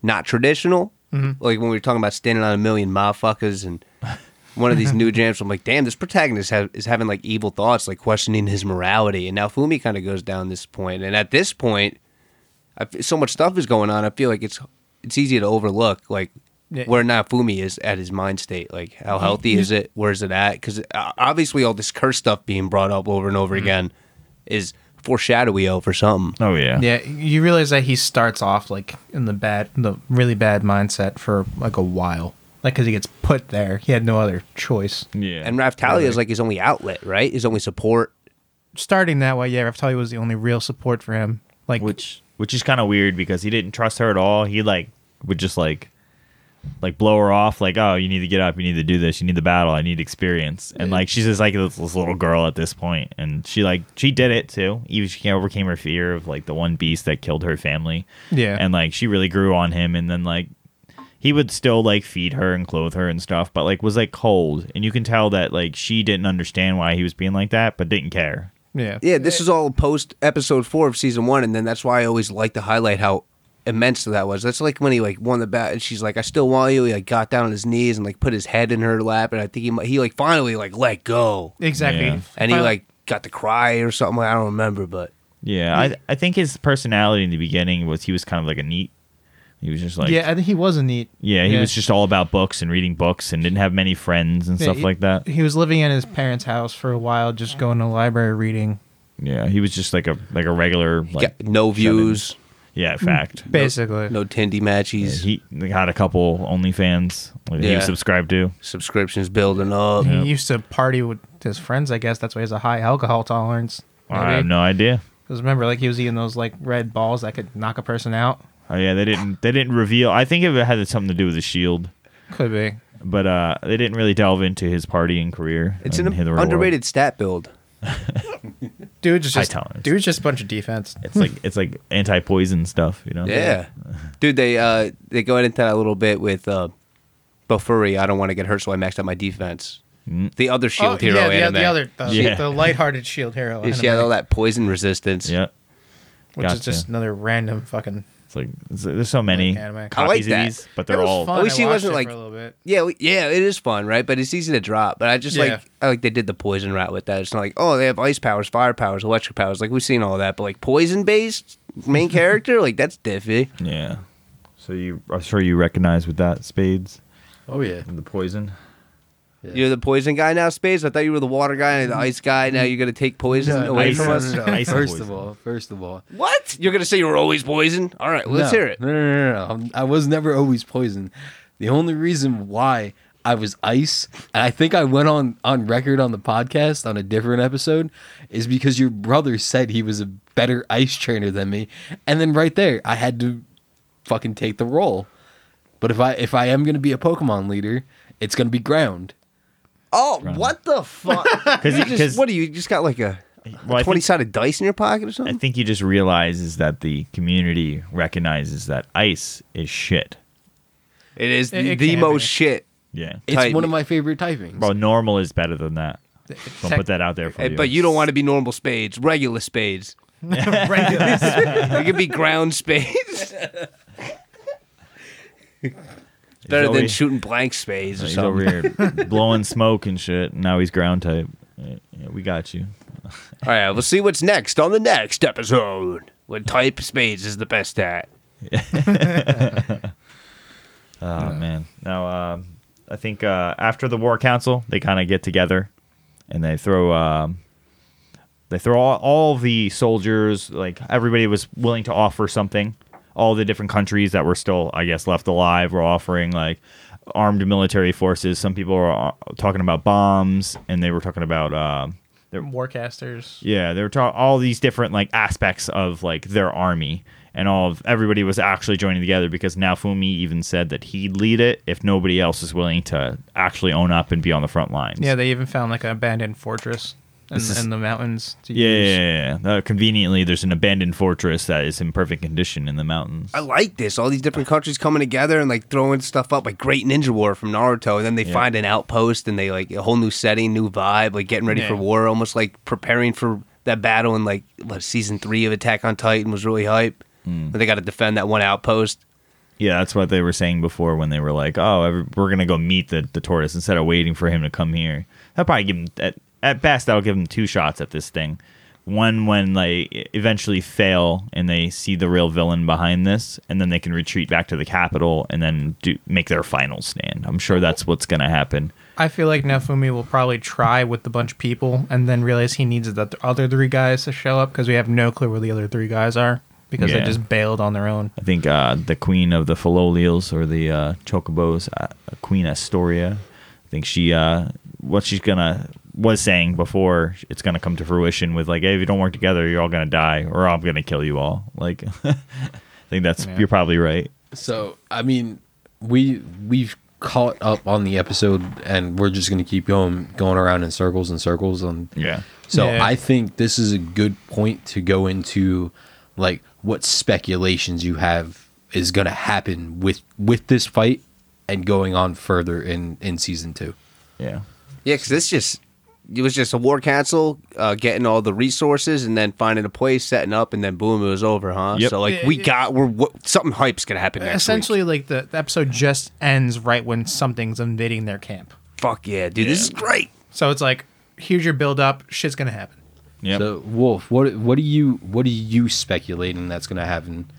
not traditional. Like when we were talking about standing on a million motherfuckers and. One of these new jams, I'm like, damn, this protagonist ha- is having like evil thoughts, like questioning his morality. And now Fumi kind of goes down this point. And at this point, I f so much stuff is going on. I feel like it's it's easy to overlook like Yeah. where Nafumi is at his mind state. Like Mm-hmm. how healthy is it? Where is it at? Because obviously all this curse stuff being brought up over and over again is foreshadowy over something. Mm-hmm. Oh yeah. Yeah. You realize that he starts off like in the bad, the really bad mindset for like a while. Like, because he gets put there. He had no other choice. Yeah. And Raftalia is like his only outlet, right? His only support. Starting that way, yeah, Reptalia was the only real support for him. Like, which which is kind of weird because he didn't trust her at all. He like would just like like blow her off like oh you need to get up you need to do this you need the battle i need experience and like she's just like this, this little girl at this point and she like she did it too even she overcame her fear of like the one beast that killed her family Yeah. and like she really grew on him and then like he would still like feed her and clothe her and stuff but like was like cold and you can tell that like she didn't understand why he was being like that but didn't care yeah. Yeah, this is all post episode four of season one, and then that's why I always like to highlight how immense that was. That's like when he like won the bat, and she's like, "I still want you." He like got down on his knees and like put his head in her lap, and I think he mi- he like finally like let go. Exactly. Uh, Yeah. and he Finally- like got to cry or something. I don't remember, but Yeah, I I think his personality in the beginning was he was kind of like a neat. He was just like yeah, I think he was a neat. yeah, he was just all about books and reading books and didn't have many friends and Yeah, stuff he- like that. He was living in his parents' house for a while, just going to the library reading. Yeah, he was just like a like a regular like got no views, Mm-hmm. yeah fact. Basically, no Tindy matches, He had a couple OnlyFans like, he Yeah. was subscribed to. subscriptions building up. he used to party with his friends. I guess that's why he has a high alcohol tolerance. I have no idea. Because remember, like he was eating those like red balls that could knock a person out. Oh yeah, they didn't they didn't reveal. I think it had something to do with the shield, Could be. but uh, they didn't really delve into his partying career. It's and an his real world. underrated stat build. Dude's High just tolerance. dude's just a bunch of defense. It's like it's like anti poison stuff, you know. Yeah, dude, they uh they go into that a little bit with uh, Bofuri. I don't want to get hurt, so I maxed out my defense. Mm-hmm. The other shield oh, hero yeah, the, anime. the other, the, Yeah. the lighthearted shield hero, Yeah, anime, she had all that poison resistance. Yeah. which gotcha. is just another random fucking. It's like it's- there's so many Like anime. I copies like of that. these, but It they're was all fun. At least I he watched wasn't, it like- for a little bit. Yeah, we- yeah, it is fun, right? But it's easy to drop. But I just Yeah. like I like they did the poison route with that. It's not like oh they have ice powers, fire powers, electric powers. Like we've seen all that, but like poison based main character, like that's diffy. yeah. So you, I'm sure you recognize with that spades Oh yeah. and the poison. You're the poison guy now, Spades. I thought you were the water guy and the ice guy. Now you're gonna take poison away ice. from us. no, no. Ice and First of poison. all, first of all, What? You're gonna say you were always poison? All right, well, let's No, hear it. No, no, no, no. I'm- I was never always poisoned. The only reason why I was ice, and I think I went on on record on the podcast on a different episode, is because your brother said he was a better ice trainer than me, and then right there I had to fucking take the role. But if I if I am gonna be a Pokemon leader, it's gonna be ground. Oh, what the fuck? You just- 'cause- what do you, you just got like a, Well, I twenty think- sided dice in your pocket or I something? think he just realizes that the community recognizes that ice is shit. It is It- it the can most be. shit. Yeah. It's Titan. one of my favorite typings. Bro, normal is better than that. So I'll Tech- put that out there for Eh, you. But you don't want to be normal spades, regular spades. You could be ground spades. He's Better over than here- shooting blank spades or He's something. over here blowing smoke and shit. And now he's ground type. Yeah, yeah, we got you. All right, we'll see what's next on the next episode. When type spades is the best at. Oh man. Now um I think uh, after the war council, they kind of get together and they throw um, they throw all, all the soldiers like everybody was willing to offer something. All the different countries that were still, I guess, left alive were offering like armed military forces. Some people were uh, talking about bombs, and they were talking about um Warcasters. yeah, they were talking all these different like aspects of like their army, and all of everybody was actually joining together because now Fumi even said that he'd lead it if nobody else is willing to actually own up and be on the front lines. Yeah, they even found like an abandoned fortress in, This is- in the mountains. To yeah, use. yeah, yeah. Uh, conveniently, there's an abandoned fortress that is in perfect condition in the mountains. I like this. All these different countries coming together and like throwing stuff up, like Great Ninja War from Naruto. And then they Yeah. find an outpost and they like a whole new setting, new vibe, like getting ready for Yeah. war, almost like preparing for that battle. And like what, season three of Attack on Titan was really hype. Hmm. But they got to defend that one outpost. Yeah, that's what they were saying before when they were like, "Oh, every, we're gonna go meet the, the tortoise instead of waiting for him to come here." That probably give him at, at best that'll give him two shots at this thing. One when they eventually fail and they see the real villain behind this, and then they can retreat back to the capital and then do make their final stand. I'm sure that's what's gonna happen. I feel like Nefumi will probably try with a bunch of people and then realize he needs the other three guys to show up because we have no clue where the other three guys are because Yeah. they just bailed on their own. I think uh, the queen of the Philolials or the uh, Chocobos, uh, Queen Astoria. I think she, uh, what she's gonna was saying before, it's gonna come to fruition with like, hey, if you don't work together, you're all gonna die, or I'm gonna kill you all. Like, I think that's Yeah. you're probably right. So I mean, we we've caught up on the episode, and we're just gonna keep going going around in circles and circles. And Yeah, so Yeah. I think this is a good point to go into, like what speculations you have is gonna happen with with this fight, and going on further in in season two. yeah, Yeah, because this just it was just a war council uh, getting all the resources and then finding a place, setting up, and then boom, it was over, huh? Yep. So like Yeah, we yeah. got we're what, something hype's gonna happen next. week. Essentially, like the, the episode just ends right when something's invading their camp. fuck yeah, dude, this is great. So it's like, here's your build up. Shit's gonna happen. yeah. So Wolf, what what do you what are you speculating that's gonna happen,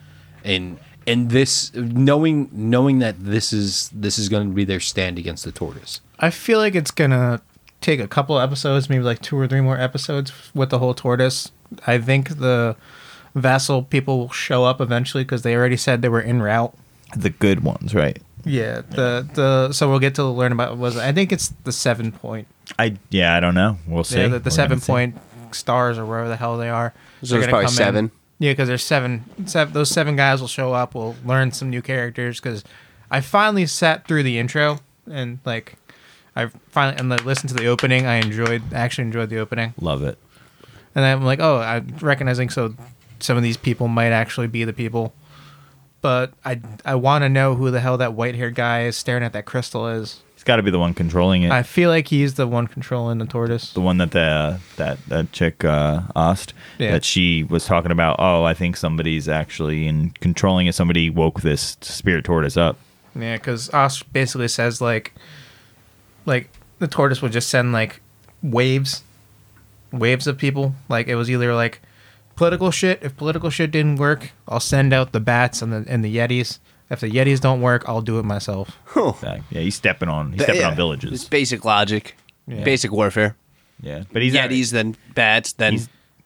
in in this knowing knowing that this is this is gonna be their stand against the tortoise. I feel like it's gonna take a couple episodes, maybe like two or three more episodes with the whole tortoise. I think the vassal people will show up eventually because they already said they were en route. The good ones, right? Yeah, the the so we'll get to learn about was I think it's the seven point. I yeah, I don't know. We'll see. Yeah, the, We're the gonna seven see. point stars or wherever the hell they are. So They're there's gonna probably come in. seven? Yeah, because there's seven, seven. Those seven guys will show up. We'll learn some new characters. Because I finally sat through the intro and like I finally and like, listened to the opening. I enjoyed actually enjoyed the opening. Love it. And I'm like, oh, I'm recognizing so some of these people might actually be the people but I I want to know who the hell that white haired guy is staring at that crystal is. He's got to be the one controlling it. I feel like he's the one controlling the tortoise. the one that the that that chick uh, asked Yeah. that she was talking about. Oh, I think somebody's actually in controlling it. Somebody woke this spirit tortoise up. Yeah, because Os basically says like, like the tortoise would just send like waves, waves of people. Like it was either like political shit. If political shit didn't work, I'll send out the bats and the and the yetis. If the yetis don't work, I'll do it myself. Like, yeah, he's stepping on he's Th- stepping yeah. on It's villages. basic logic, Yeah. basic warfare. Yeah, but he's not- Yetis, then bats, then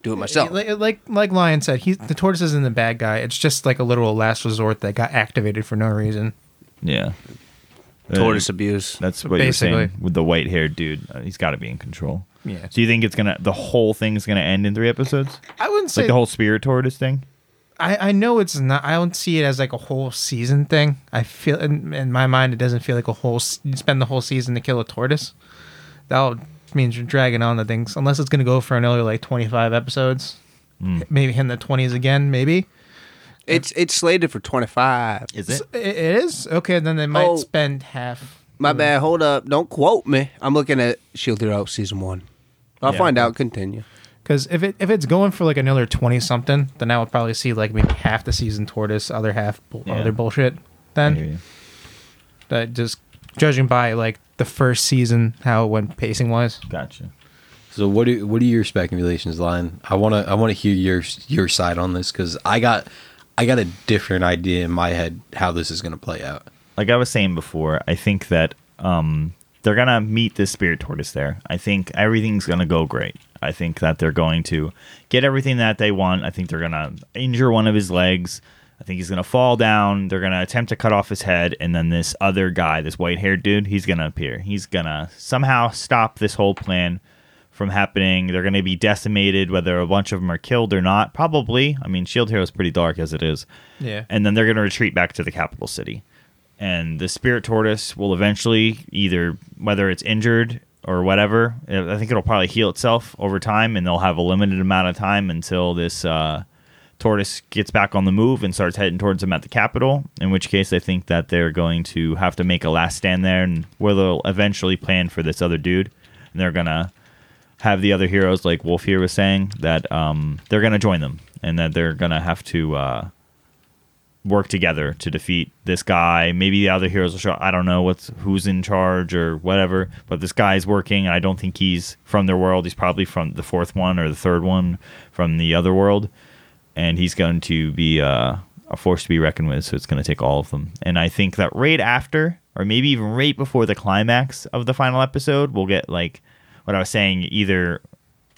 do it myself. Like like, like Lion said, he the tortoise isn't the bad guy. It's just like a literal last resort that got activated for no reason. Yeah, Uh, Tortoise abuse. That's what you're saying Basically. with the white haired dude. Uh, He's got to be in control. Yeah. So you think it's gonna the whole thing's gonna end in three episodes? I wouldn't say Like the whole spirit tortoise thing? I, I know it's not. I don't see it as like a whole season thing. I feel in, in my mind it doesn't feel like a whole s- you spend the whole season to kill a tortoise. That means you're dragging on the things unless it's gonna go for another like 25 episodes, Hmm. maybe in the 20s again. Maybe It's it's slated for twenty five. Is S- it it is okay. Then they might Oh. spend half. My bad. Hold up. Don't quote me. I'm looking at Shield Hero season one. I'll Yeah. find out. Continue. Because if it if it's going for like another 20 something, then I would probably see like maybe half the season tortoise, other half bu- Yeah. other bullshit. Then. that just judging by like the first season how it went pacing wise Gotcha. So what do what are your speculations, Lion? I wanna I wanna hear your your side on this because I got I got a different idea in my head how this is gonna play out. like I was saying before, I think that um, they're gonna meet this spirit tortoise there. I think everything's gonna go great. I think that they're going to get everything that they want. I think they're gonna injure one of his legs. I think he's gonna fall down. They're gonna attempt to cut off his head, and then this other guy, this white-haired dude, he's gonna appear. He's gonna somehow stop this whole plan from happening. They're gonna be decimated, whether a bunch of them are killed or not. Probably. I mean, Shield Hero is pretty dark as it is yeah and then they're going to retreat back to the capital city. And the spirit tortoise will eventually either, whether it's injured or whatever, I think it'll probably heal itself over time, and they'll have a limited amount of time until this uh, tortoise gets back on the move and starts heading towards them at the capital. In which case, I think that they're going to have to make a last stand there, and where they'll eventually plan for this other dude, and they're gonna have the other heroes, like Wolf here was saying, that um, they're gonna join them, and that they're gonna have to. Uh, work together to defeat this guy. Maybe the other heroes will show. I don't know what's who's in charge or whatever. But this guy's working. I don't think he's from their world. He's probably from the fourth one or the third one from the other world, and he's going to be uh, a force to be reckoned with. So it's going to take all of them. And I think that right after, or maybe even right before the climax of the final episode, we'll get like what I was saying. Either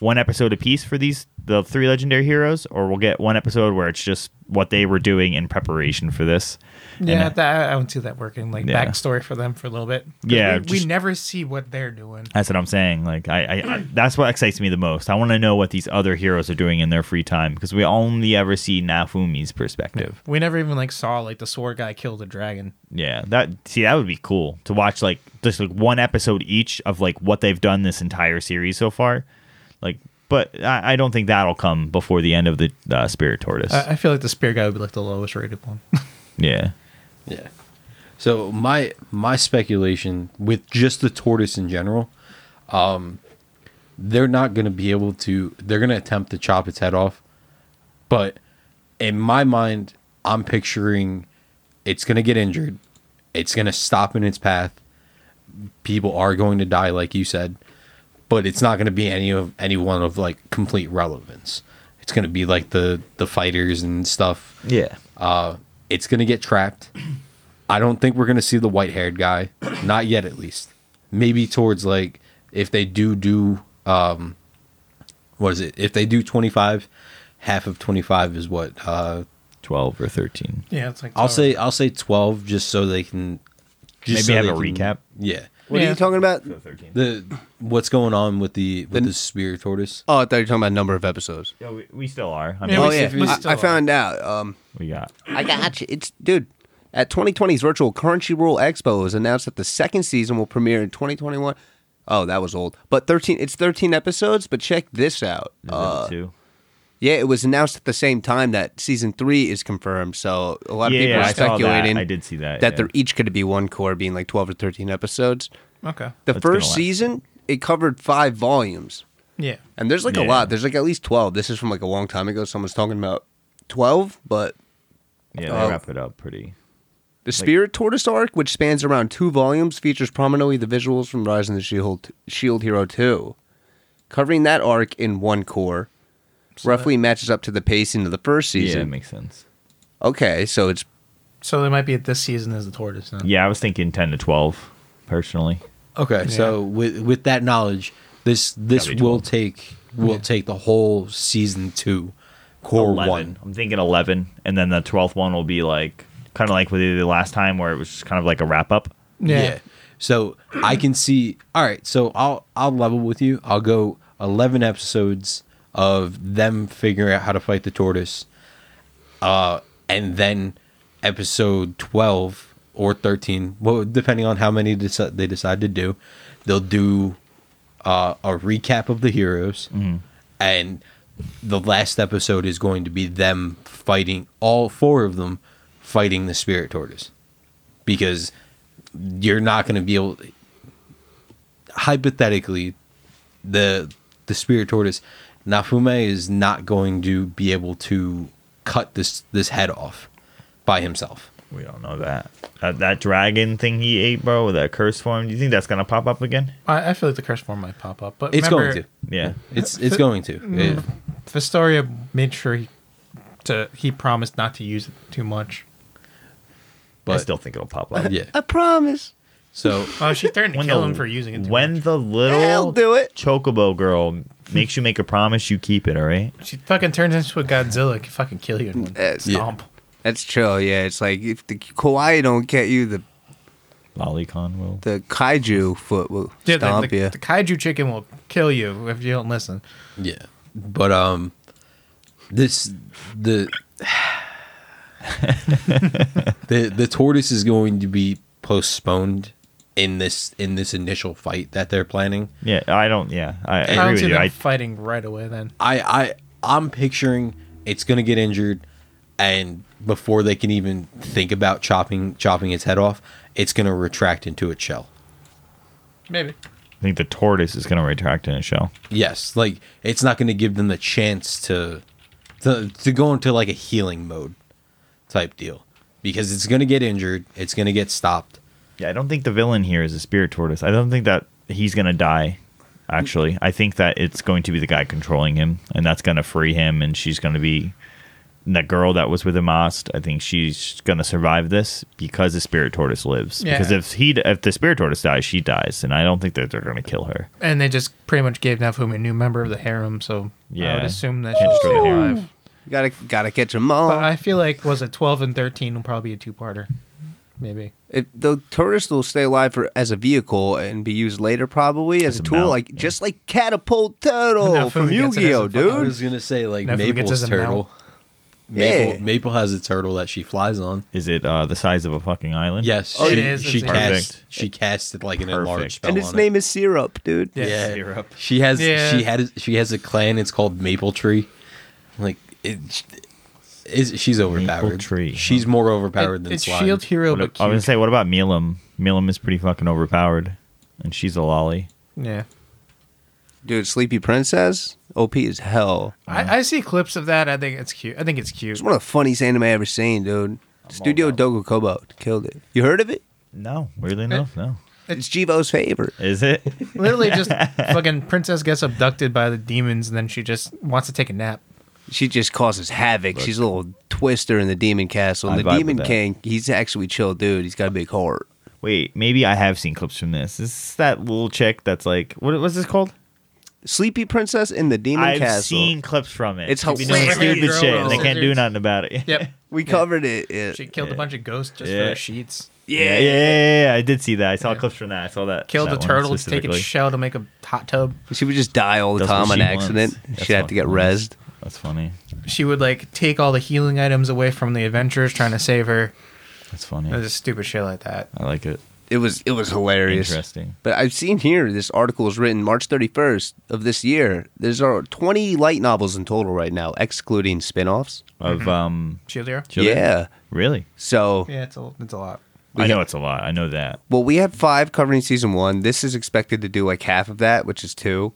one episode apiece for these the three legendary heroes, or we'll get one episode where it's just what they were doing in preparation for this. yeah And that, i don't see that working like Yeah. backstory for them for a little bit 'Cause Yeah, we, we just- never see what they're doing that's what I'm saying. Like I, I, I that's what excites me the most. I want to know what these other heroes are doing in their free time because we only ever see Nafumi's perspective. we never even like saw like the sword guy kill the dragon Yeah, that see that would be cool to watch like just like one episode each of like what they've done this entire series so far. Like, but I, I don't think that'll come before the end of the uh, Spirit Tortoise. I, I feel like the spear guy would be like the lowest rated one yeah. Yeah. So my my speculation with just the tortoise in general, um, they're not going to be able to. They're going to attempt to chop its head off, but in my mind, I'm picturing it's going to get injured. It's going to stop in its path. People are going to die, like you said, but it's not going to be any of any one of like complete relevance. It's going to be like the the fighters and stuff Yeah. uh, it's going to get trapped. I don't think we're going to see the white haired guy. Not yet, at least. Maybe towards like if they do do, um, what is it? If they do 25, half of 25 is what? Uh, Twelve or thirteen. yeah it's like I'll say, I'll say 12 just so they can Maybe have a recap. Yeah. What are Yeah. you talking about? thirteen. The, what's going on with the, with The- the spear tortoise? Oh, I thought you were talking about number of episodes. Yeah, we, we still are. I mean, Yeah, oh we- yeah, we I- still I, are. found out. Um, we got. I got you. It's dude. At 2020's virtual Crunchyroll Expo has announced that the second season will premiere in 2021. Oh, that was old. But 13, it's 13 episodes. But check this out. Uh, two. Yeah, it was announced at the same time that season three is confirmed. So a lot of yeah, people yeah, are I saw speculating that. I did see that. that yeah. they're each going to be one core, being like twelve or thirteen episodes. Okay. The That's gonna first last. season it covered five volumes, Yeah. and there's like a Yeah. lot. There's like at least twelve. This is from like a long time ago. Someone's talking about twelve, but yeah, they uh, wrap it up pretty. The Spirit Tortoise arc, which spans around two volumes, features prominently the visuals from Rise of the Shield, Shield Hero 2. Covering that arc in one core roughly matches up to the pacing of the first Yeah, it season. makes sense. okay, so it's So they might be at this season as the tortoise now. Yeah, I was thinking ten to twelve, personally. Okay, so with with that knowledge, this this Gotta be will 12. take will take the whole season two, core 11. one. I'm thinking 11, and then the 12th one will be like kind of like with the last time where it was just kind of like a wrap up. Yeah. So I can see. All right. So I'll I'll level with you. I'll go eleven episodes of them figuring out how to fight the tortoise, uh, and then episode twelve or thirteen, well, depending on how many deci- they decide to do, they'll do uh, a recap of the heroes, and the last episode is going to be them fighting all four of them fighting the spirit tortoise because you're not going to be able hypothetically the the spirit tortoise Nafume is not going to be able to cut this this head off by himself. We don't know that. that. That dragon thing he ate, bro, with that curse form, do you think that's going to pop up again? I, I feel like the curse form might pop up, but It's remember, going to. Yeah. It's it's going to. Yeah. Vistoria made sure he, to he promised not to use it too much. I But still think it'll pop up. yeah. I promise. So Oh, she threatened to When kill the- him for using it. Too when much. the I'll little do it. chocobo girl makes you make a promise, you keep it, all right? she fucking turns into a Godzilla, can fucking kill you in one Yes. Yeah. stomp. That's true. Yeah, it's like if the kawaii don't get you, the Lolicon will. the kaiju foot will Dude, the- stomp the, you. the kaiju chicken will kill you if you don't listen. yeah. But um this the the the tortoise is going to be postponed in this in this initial fight that they're planning. Yeah, I don't. Yeah, I, I I don't agree see with you. them I, fighting right away then. I I I'm picturing it's gonna get injured, and before they can even think about chopping chopping its head off, it's gonna retract into its shell. Maybe. think the tortoise is going to retract in a shell. Yes, like it's not gonna give them the chance to to to go into like a healing mode type deal because it's gonna get injured, it's gonna get stopped. Yeah, I don't think the villain here is a spirit tortoise. I don't think that he's gonna die. Actually, I think that it's going to be the guy controlling him, and that's gonna free him, and she's gonna be and that girl that was with Amast. I think she's gonna survive this because the spirit tortoise lives. Because Yeah. if he, if the spirit tortoise dies, she dies, and I don't think that they're gonna kill her. And they just pretty much gave Nafumi a new member of the harem, so I Yeah. would assume that Can't she's destroy still the harem. alive. Gotta gotta catch them all. But I feel like was it twelve and thirteen will probably be a two parter. Maybe. It, the tourist will stay alive for, as a vehicle and be used later, probably as, As a a tool, mount, like just like catapult turtle Now from Fumi Yu gets it as a Gi Oh, fucking- I dude. was gonna say like Never forgets Maple's his turtle. Maple, Yeah. Maple has a turtle that she flies on. Is it uh, the size of a fucking island? Yes, Oh, she, it is, she it's- cast Perfect. she casted like an Perfect. enlarged spell and its on it. name is Syrup, dude. Yeah. Yeah, Syrup. she has Yeah. she had she has a clan. It's called Maple Tree. Like it, is she's overpowered. Tree, She's more overpowered It- than it's Slime. Shield Hero What a- but I was gonna cute. say, what about Milam? Milam is pretty fucking overpowered, and she's a lolly. Yeah. Dude, Sleepy Princess, OP is hell. uh, I, I see clips of that. I think it's cute. I think it's cute. It's one of the funniest anime I ever seen, dude. Studio Dogo Kobo killed it. You heard of it? No, Eh. weirdly enough, no. It's Jivo's favorite. Is it? Literally, just fucking princess gets abducted by the demons, and then she just wants to take a nap. She just causes havoc. She's a little twister in the Demon Castle. And I the vibe with Demon that. King, he's actually chill, dude. He's got a big heart. Wait, maybe I have seen clips from this. This Is that little chick that's like, what was this called? Sleepy Princess in the Demon I've Castle. seen clips from it. It's She be doing hilarious. stupid Girl shit. and They scissors. can't do nothing about it. Yep. We covered it. it- She killed a bunch of ghosts just Yeah. for her sheets. Yeah, yeah, yeah, yeah, I did see that. I saw clips from that. I saw that. Killed that a one turtle to take its specifically. shell to make a hot tub. She would just die all the That's what time on she accident. wants. That's She'd have to get what she rezzed. wants. That's funny. She would like take all the healing items away from the adventurers trying to save her. That's funny. It was just stupid shit like that. I like it. it was it was hilarious. Interesting. But I've seen here this article is written March 31st of this year. There's are 20 light novels in total right now, excluding spin-offs. Mm-hmm. Of um, Shield Hero. children? Yeah. really. So, Yeah, it's a it's a lot. I know it's a lot. I know that. well, we had five covering season one. This is expected to do like half of that, which is two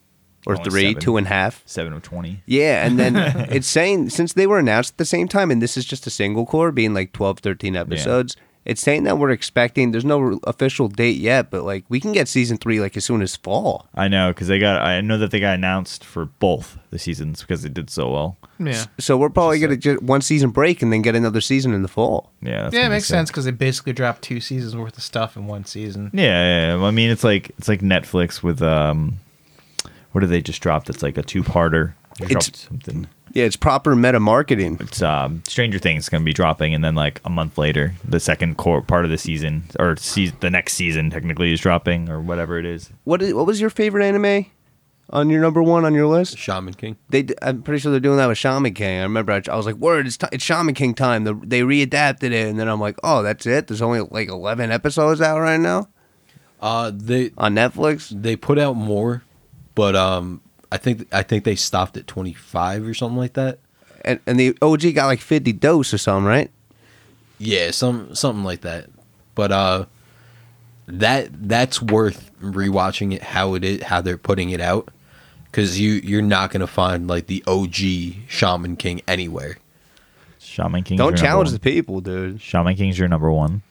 or Only three, seven. two and a half. Seven of twenty. Yeah, and then it's saying since they were announced at the same time, and this is just a single core being like 12, 13 episodes, it's saying that we're expecting. There's no official date yet, but like we can get season three like as soon as fall. I know because they got. I know that they got announced for both the seasons because they did so well. Yeah. So we're probably gonna get one season break and then get another season in the fall. Yeah. that's Yeah, it gonna be makes sick. sense because they basically dropped two seasons worth of stuff in one season. Yeah, yeah, yeah. I mean, it's like it's like Netflix with um, what did they just drop? That's like a two-parter. They It's- dropped something. Yeah, it's proper meta marketing. It's um, Stranger Things is going to be dropping, and then like a month later, the second core part of the season or se- the next season technically is dropping or whatever it is. What is, what was your favorite anime on your number one on your list? Shaman King. They d- I'm pretty sure they're doing that with Shaman King. I remember I, I was like, "Word, it's, t- it's Shaman King time." The, they readapted it, and then I'm like, "Oh, that's it." There's only like 11 episodes out right now Uh, they on Netflix. they put out more, but um, I think I think they stopped at twenty five or something like that. and, and the OG got like 50 dose or something, right? Yeah, some something like that. But uh, that that's worth rewatching it how it is how they're putting it out because you you're not gonna find like the OG Shaman King anywhere. Shaman King. Don't challenge the people, dude. Shaman King's your number one.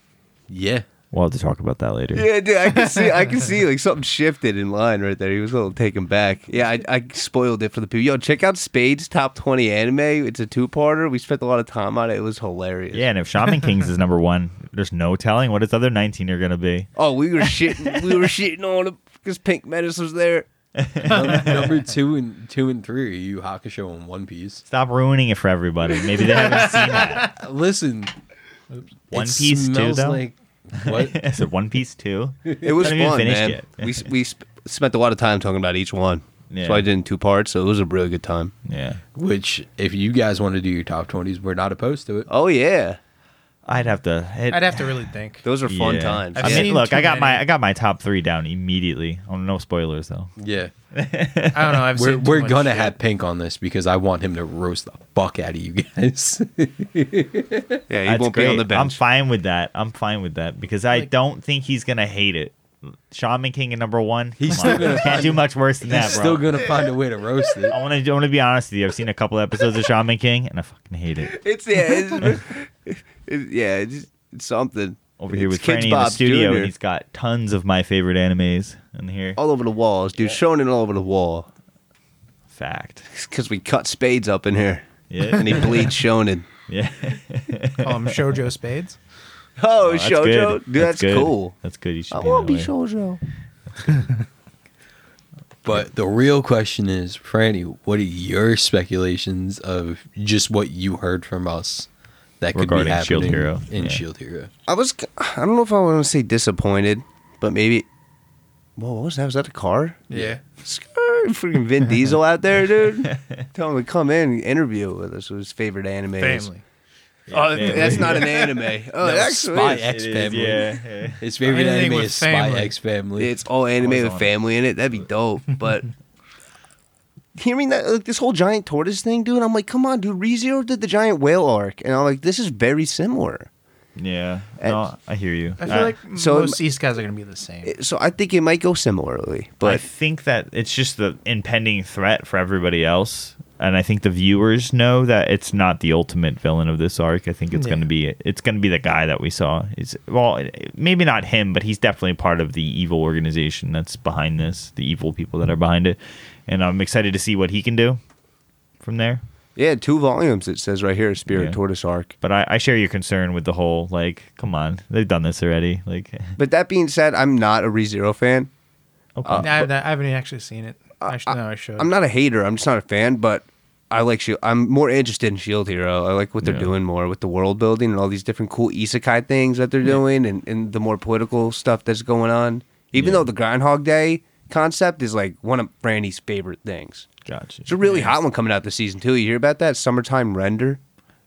Yeah, We'll have to talk about that later. Yeah, dude, I can see, I can see, like something shifted in line right there. He was a little taken back. Yeah, I, I spoiled it for the people. Yo, check out Spade's top twenty anime. It's a two-parter. We spent a lot of time on it. It was hilarious. Yeah, and if Shaman King's is number one, there's no telling what its other 19 are going to be. Oh, we were shitting, we were shitting on it because Pink Menace was there. Num- number two and two and three are Yu Hakusho and One Piece. Stop ruining it for everybody. Maybe they haven't seen that. Listen, One it Piece too, smells though? Like, what? Is it One Piece too? It was Haven't even fun, finished man. yet. we s- we sp- spent a lot of time talking about each one. Yeah. So I did in two parts. So it was a really good time. Yeah. Which, if you guys want to do your top twenties, we're not opposed to it. Oh yeah, I'd have to. it- I'd have to really think. those are fun yeah. times. I I've Yeah. mean, seen look, too I got my many. I got my top three down immediately. Oh, no spoilers though. Yeah, I don't know. I've we're seen too we're much gonna shit. have Pink on this because I want him to roast the fuck out of you guys. yeah, he That's won't be on great. the bench. I'm fine with that. I'm fine with that because I don't think he's gonna hate it. Shaman King at number one. He's Come on. still gonna can't do much worse than that, He's bro. still gonna find a way to roast it. I want to. I want to be honest with you. I've seen a couple episodes of Shaman King, and I fucking hate it. It's yeah, it's, it, yeah, it's, it's something. Over here It's with Franny in the Bob's studio, Jr. and he's got tons of my favorite animes in here. all over the walls, dude. Shonen all over the wall Fact. because we cut spades up in here, Yeah. and he bleeds Shonen. yeah. um Shoujo Spades. Oh, That's shojo, good. dude, that's, good. cool. That's good. You should. I be that won't be way. shojo. But the real question is, Franny, what are your speculations of just what you heard from us that could be Regarding happening Shield Hero, in yeah. Shield Hero? I was, I don't know if I want to say disappointed, but maybe. Whoa, what was that? Was that a car? Yeah. Skirt, freaking Vin Diesel out there, dude. Tell him to come in and interview with us. With his favorite anime. Family. Uh, Oh, family. that's not an anime. Oh, No, it actually Spy is. X It is, Family. yeah, yeah. His favorite Anything anime with is Spy family. X Family. It's all anime Always with on. family in it. That'd be dope. But hearing that, like this whole giant tortoise thing, dude, I'm like, come on, dude. ReZero did the giant whale arc, and I'm like, this is very similar. Yeah. No, I hear you. I feel Uh, like so- most East guys are gonna be the same. It- So I think it might go similarly, but I think that it's just the impending threat for everybody else. And I think the viewers know that it's not the ultimate villain of this arc. I think it's Yeah. going to be it's going to be the guy that we saw. It's well, maybe not him, but he's definitely part of the evil organization that's behind this, the evil people that are behind it. And I'm excited to see what he can do from there. yeah, two volumes. It says right here, Spirit Yeah. Tortoise arc. But I, I share your concern with the whole like, come on, they've done this already. Like, But that being said, I'm not a ReZero fan. okay. Nah, I, I haven't actually seen it. I should, no, I should. I'm not a hater. I'm just not a fan, but I like Shield. I'm more interested in Shield Hero. I like what they're Yeah. doing more with the world building and all these different cool isekai things that they're doing and, and the more political stuff that's going on. Even Yeah. though the Groundhog Day concept is like one of Brandy's favorite things. gotcha. It's a really hot one coming out this season too. You hear about that? Summertime Render.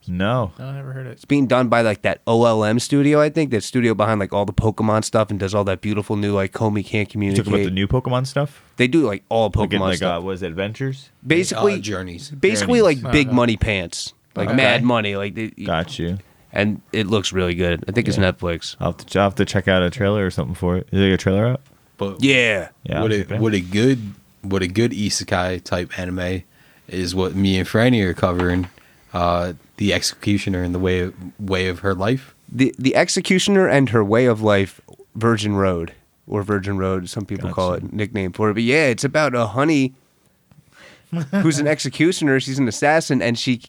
No. No, I never heard it. It's being done by like that OLM studio, I think, that studio behind like all the Pokemon stuff and does all that beautiful new like Comey can't You communicate. talking about the new Pokemon stuff? they do like all Like, Pokemon in, like uh, stuff. was it Adventures? basically, Uh, journeys. basically Journeys. like big Okay. money pants, like Okay. mad money, like they, Got you. and it looks really good. I think it's Netflix. I'll have, to, I'll have to check out a trailer or something for it. Is there a trailer out? But Yeah, Yeah. what I'll a check it out. what a good what a good isekai type anime is what me and Franny are covering. Uh, the executioner in the way of, way of her life. the the executioner and her way of life, Virgin Road or Virgin Road, some people call Gotcha. it nickname for it. But yeah, it's about a honey who's an executioner. She's an assassin, and she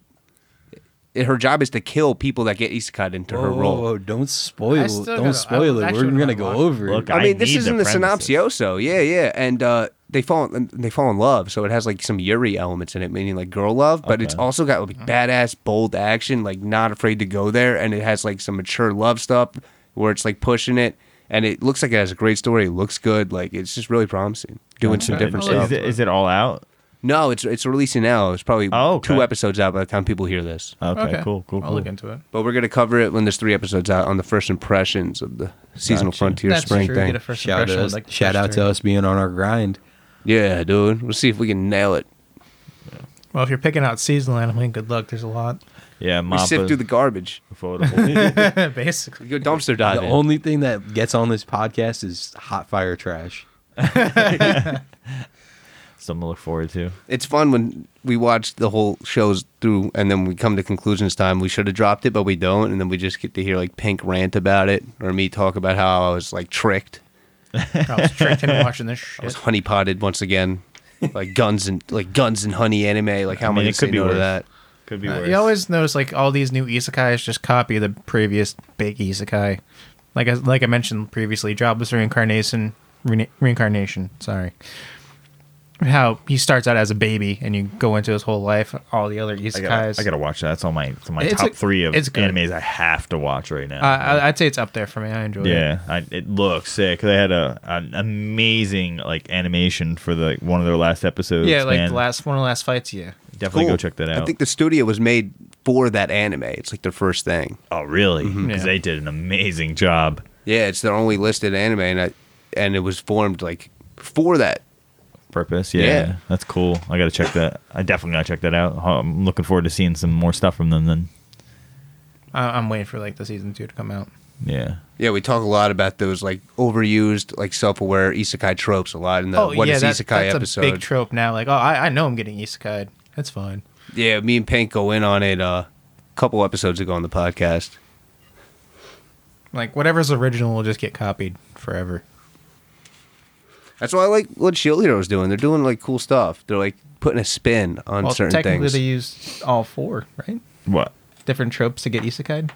her job is to kill people that get isekai into her role. don't spoil I still don't gotta- spoil I it. actually We're gonna wanna go watch over it. Look, I mean, this need is in the premises. synopsioso. Yeah, yeah, and uh, they fall they fall in love. So it has like some Yuri elements in it, meaning like girl love, but it's Okay. also got like badass, bold action, like not afraid to go there, and it has like some mature love stuff where it's like pushing it, and it looks like it has a great story. It looks good, like it's just really promising, doing some Okay. different I'll stuff. Is it, is it all out? no, it's it's releasing now. It's probably Oh, okay. two episodes out by the time people hear this. Okay, cool, cool, cool. I'll look into it. But we're gonna cover it when there's three episodes out on the first impressions of the seasonal Gotcha. frontier spring true. thing. Get a first shout impression. out, like the shout first out three. to us being on our grind. yeah, dude. We'll see if we can nail it. Well, if you're picking out seasonal anime, good luck. There's a lot. yeah, We Mappa. sift through the garbage. Affordable. Basically, We go dumpster dive. The only thing that gets on this podcast is hot fire trash. Something to look forward to. it's fun when we watch the whole shows through, and then we come to conclusions time. We should have dropped it, but we don't, and then we just get to hear like Pink rant about it, or me talk about how I was like tricked. I was tricked into watching this I was shit. honey potted once again, like guns and like guns and honey anime. Like how I am I mean, gonna it could say be no to worse. that? Could be Uh, worse. you always notice like all these new isekais just copy the previous big isekai. Like I, like I mentioned previously, jobless reincarnation, rene- reincarnation. Sorry. How he starts out as a baby and you go into his whole life, all the other I isekais. gotta, I gotta watch that. That's on my it's on my It's top a- three of it's good. animes I have to watch right now. Uh, I, I'd say it's up there for me. I enjoy it. yeah, I, it looks sick. They had a an amazing like animation for the one of their last episodes. Yeah, like man. the last one of the last fights. Yeah, Definitely Cool. go check that out. I think the studio was made for that anime. It's like their first thing. oh, really? Because Yeah. they did an amazing job. Yeah, it's their only listed anime, and I, and it was formed like for that. Purpose, yeah, Yeah. that's cool. I gotta check that. I definitely gotta check that out. Huh, I'm looking forward to seeing some more stuff from them. Then, I, I'm waiting for like the season two to come out. yeah, Yeah, we talk a lot about those like overused, like self-aware isekai tropes a lot in the what is Oh, that- isekai that's episode. a big trope now. Like, oh, I, I know I'm getting isekai'd. That's fine. yeah, me and Pink go in on it uh, a couple episodes ago on the podcast. Like, whatever's original will just get copied forever. That's why I like what Shield Hero's doing. They're doing like cool stuff. They're like putting a spin on well, certain technically, things. they used all four, right? what? Different tropes to get isekai'd.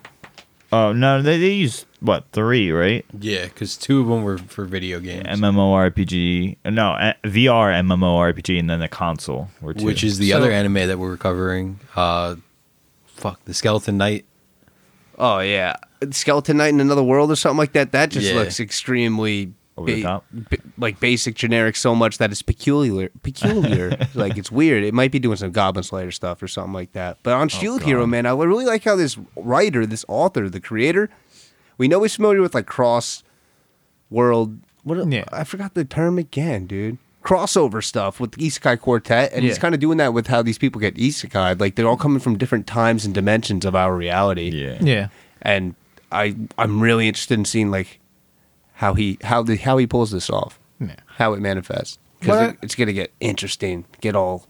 Oh no, they, they used what three, right? Yeah, because two of them were for video games, MMORPG, no uh, VR MMORPG, and then the console, were two. which is the So- other anime that we're covering. Uh, fuck the Skeleton Knight. oh yeah, Skeleton Knight in Another World or something like that. That just Yeah. looks extremely Over the top. ba- like basic generic so much that it's peculiar. Peculiar, like it's weird. It might be doing some Goblin Slayer stuff or something like that. But Oh, on Shield Hero, man, I would really like how this writer, this author, the creator, we know he's familiar with like cross world. What Yeah. I forgot the term again, dude. Crossover stuff with the Isekai Quartet, and he's Yeah. kind of doing that with how these people get isekai. Like they're all coming from different times and dimensions of our reality yeah, Yeah. and I I'm really interested in seeing like how he how the how he pulls this off, Yeah. how it manifests But because I- it's gonna get interesting, get all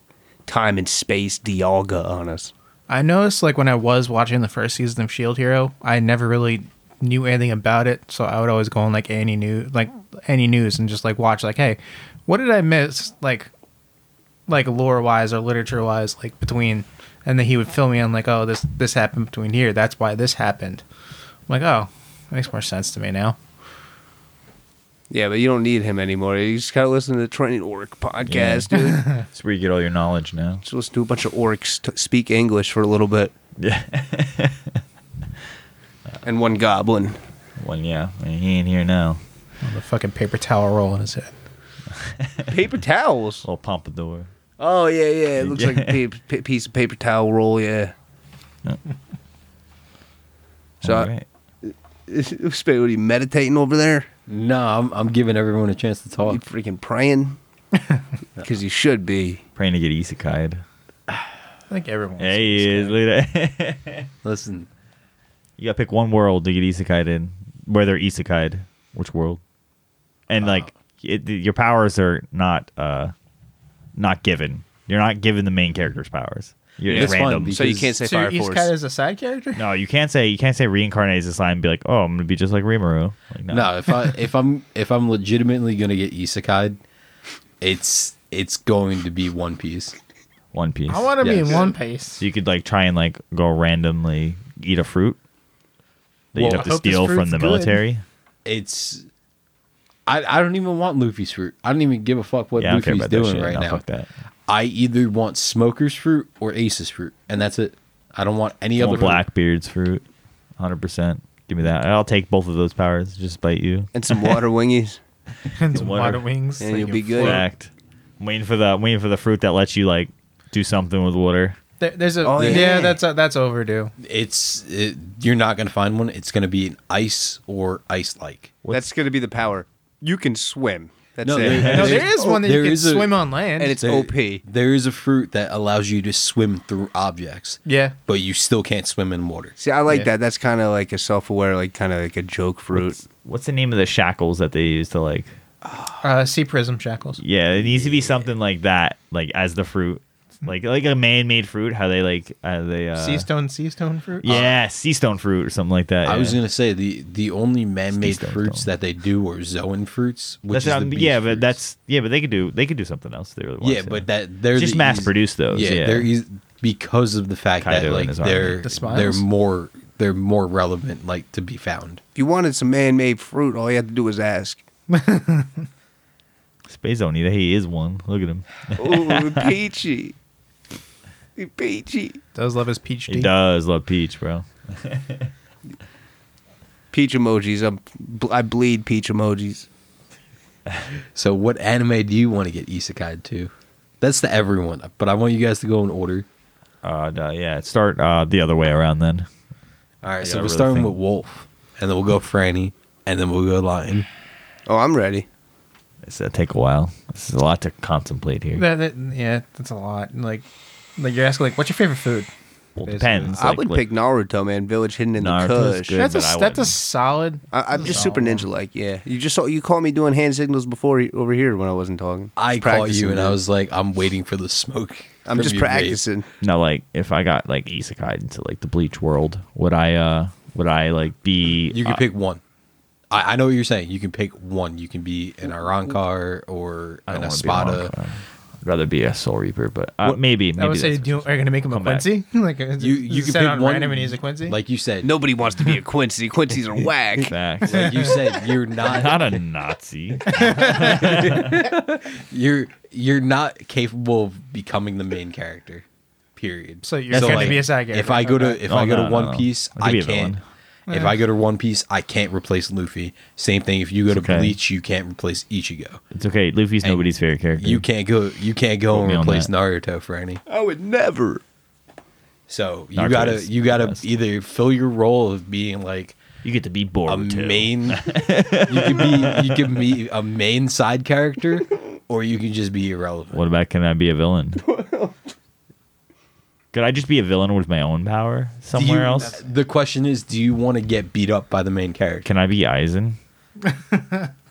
time and space Dialga on us. I noticed, like, when I was watching the first season of Shield Hero, I never really knew anything about it, so I would always go on like any new, like any news, and just like watch, like, hey, what did I miss, like, like lore wise or literature wise, like between, and then he would fill me in, like, oh, this this happened between here, that's why this happened. I'm like, oh, that makes more sense to me now. Yeah, but you don't need him anymore. You just gotta listen to the Training Orc podcast, dude. that's where you get all your knowledge now. Just listen to a bunch of orcs t- speak English for a little bit. Yeah. and one goblin. Well, yeah, I mean, he ain't here now. Oh, the fucking paper towel roll in his head. Paper towels. Little pompadour. Oh yeah, yeah. It looks like a pa- pa- piece of paper towel roll. Yeah. So All I- right. Spade, what are you meditating over there? No, I'm, I'm giving everyone a chance to You talk. freaking praying? Because you should be. Praying to get isekai'd. I think everyone. Yeah, he is. Look at that. Listen, you gotta pick one world to get isekai'd in. Where they're isekai'd. Which world? And like, it, your powers are not uh, not given. You're not given the main character's powers. You're Yeah. it's That's fine, random. because- So you can't say So Fire East Force. Cat is a side character. No, you can't say you can't say reincarnate is a sign and be like, oh, I'm gonna be just like Rimuru. Like, no. no, if I if I'm if I'm legitimately gonna get isekai'd, it's it's going to be One Piece. One Piece. I want to be in Yes. One Piece. So you could like try and like go randomly eat a fruit that Well, you'd I have to hope this steal from fruit's the good. military. It's I I don't even want Luffy's fruit. I don't even give a fuck what Yeah, I don't care Luffy's about that doing shit. right No, now. fuck that. I either want Smoker's fruit or Ace's fruit, and that's it. I don't want any Well, other fruit. Blackbeard's fruit, hundred percent. Give me that. I'll take both of those powers. Just bite you. And some water wingies. and some Water- water wings. And so you'll you be can good. float. Fact. I'm waiting for the I'm waiting for the fruit that lets you like do something with water. There, there's a Oh, yeah. yeah. That's a, that's overdue. It's it, you're not gonna find one. It's gonna be an ice or ice like. That's going to be the power. You can swim. That's No, it. there- No, There's- there is oh, one that there you can is a- swim on land. and it's There- OP. There is a fruit that allows you to swim through objects. yeah. But you still can't swim in water. See, I like Yeah. that. That's kind of like a self-aware, like kind of like a joke fruit. What's the name of the shackles that they use to like? Uh, sea prism shackles. Yeah, it needs to be something like that, like as the fruit, like like a man-made fruit. How they like uh, they uh, sea stone, sea stone fruit. yeah, sea stone fruit or something like that. I was yeah. gonna say the the only man made Stone fruits Stone. that they do are zoan fruits, which That's is what the I'm- beach yeah, fruits. but that's yeah, but they could do they could do something else. If they really want yeah, to. but that they're Just the mass eas- produce those, yeah. they're eas- because of the fact Kaido that and like his army. they're The smiles? they're more they're more relevant like to be found. If you wanted some man-made fruit, all you had to do was ask. Space don't need it. He is one. Look at him. Ooh, peachy, peachy. Does Oh, love his peach He tea. does love peach, bro. Peach emojis. I'm, I bleed peach emojis. So what anime do you want to get isekai to? That's the everyone, but I want you guys to go in order. Uh, no, yeah, start uh, the other way around then. All I right, so gotta we're really starting think. with Wolf, and then we'll go Franny, and then we'll go Lion. Oh, I'm ready. It's gonna take a while. This is a lot to contemplate here. That- that- yeah, that's a lot. Like, like you're asking, like, what's your favorite food? well, it basically. depends. I like, would like- pick Naruto, man. Village hidden in Naruto's the Kush. good. that's a but I that's a wouldn't. solid. I, I'm just super solid one. ninja like. Yeah, you just saw you called me doing hand signals before you- over here when I wasn't talking. I Just caught you, practicing, and I dude. was like, I'm waiting for the smoke. I'm from just your vape. practicing. No, like if I got like isekai into like the Bleach world, would I uh would I like be You can uh, pick one. I, I know what you're saying. You can pick one. You can be an Arankar or I don't wanna be a an monk, Espada. uh, I'd rather be a Soul Reaper, but uh, maybe maybe I would say, that's- do you, are you gonna make him a Come back. Quincy? like, is You it- is you it can set pick on one random and he's a Quincy. Like you said, Nobody wants to be a Quincy. Quincy's are whack. Facts. Like you said, you're not not a Nazi. you're you're not capable of becoming the main character. Period. So you're gonna be a side If character. I go Okay. to if No, I go no, to One no, no. Piece, I could be I a can't. villain. If I go to One Piece, I can't replace Luffy. Same thing. If you go to okay. Bleach, you can't replace Ichigo. It's okay. Luffy's And nobody's favorite character. You can't go. You can't go Put and me on replace that. Naruto for any. I would never. So you Naruto gotta is you gotta best. either fill your role of being like You get to be bored a too. main. you can be you can be a main side character, or you can just be irrelevant. What about can I be a villain? Could I just be a villain with my own power Do somewhere you- else? The question is, do you want to get beat up by the main character? Can I be Eisen?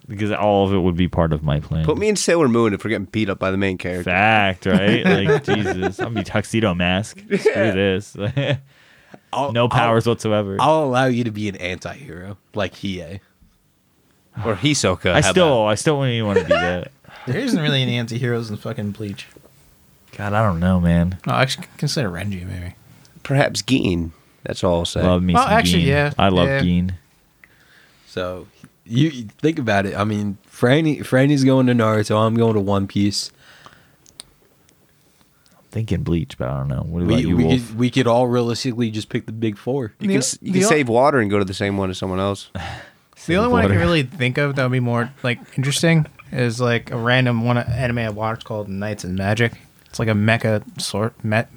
because all of it would be part of my plan. Put me in Sailor Moon if we're getting beat up by the main character. fact, right? Like Jesus, I'm gonna be tuxedo mask. Screw this. I'll- no powers whatsoever. i I'll, I'll allow you to be an anti-hero like Hiei. Or Hisoka. how still, about- I still wouldn't even want to do that. there isn't really any anti-heroes in fucking Bleach. God, I don't know, man. No, actually, consider Renji maybe. perhaps Geen. That's all I'll say. Love me. Well, some actually, Geen. yeah, I love yeah. Geen. So you you think about it. I mean, Franny Franny's going to Naruto. I'm going to One Piece. I'm thinking Bleach, but I don't know. What about We you, we Wolf? could, we could all realistically just pick the big four. You can s- you can The- save water and go to the same one as someone else. The only one I water. can really think of that would be more like interesting is like a random one anime I watched called Knights and Magic. It's like a mecha sort met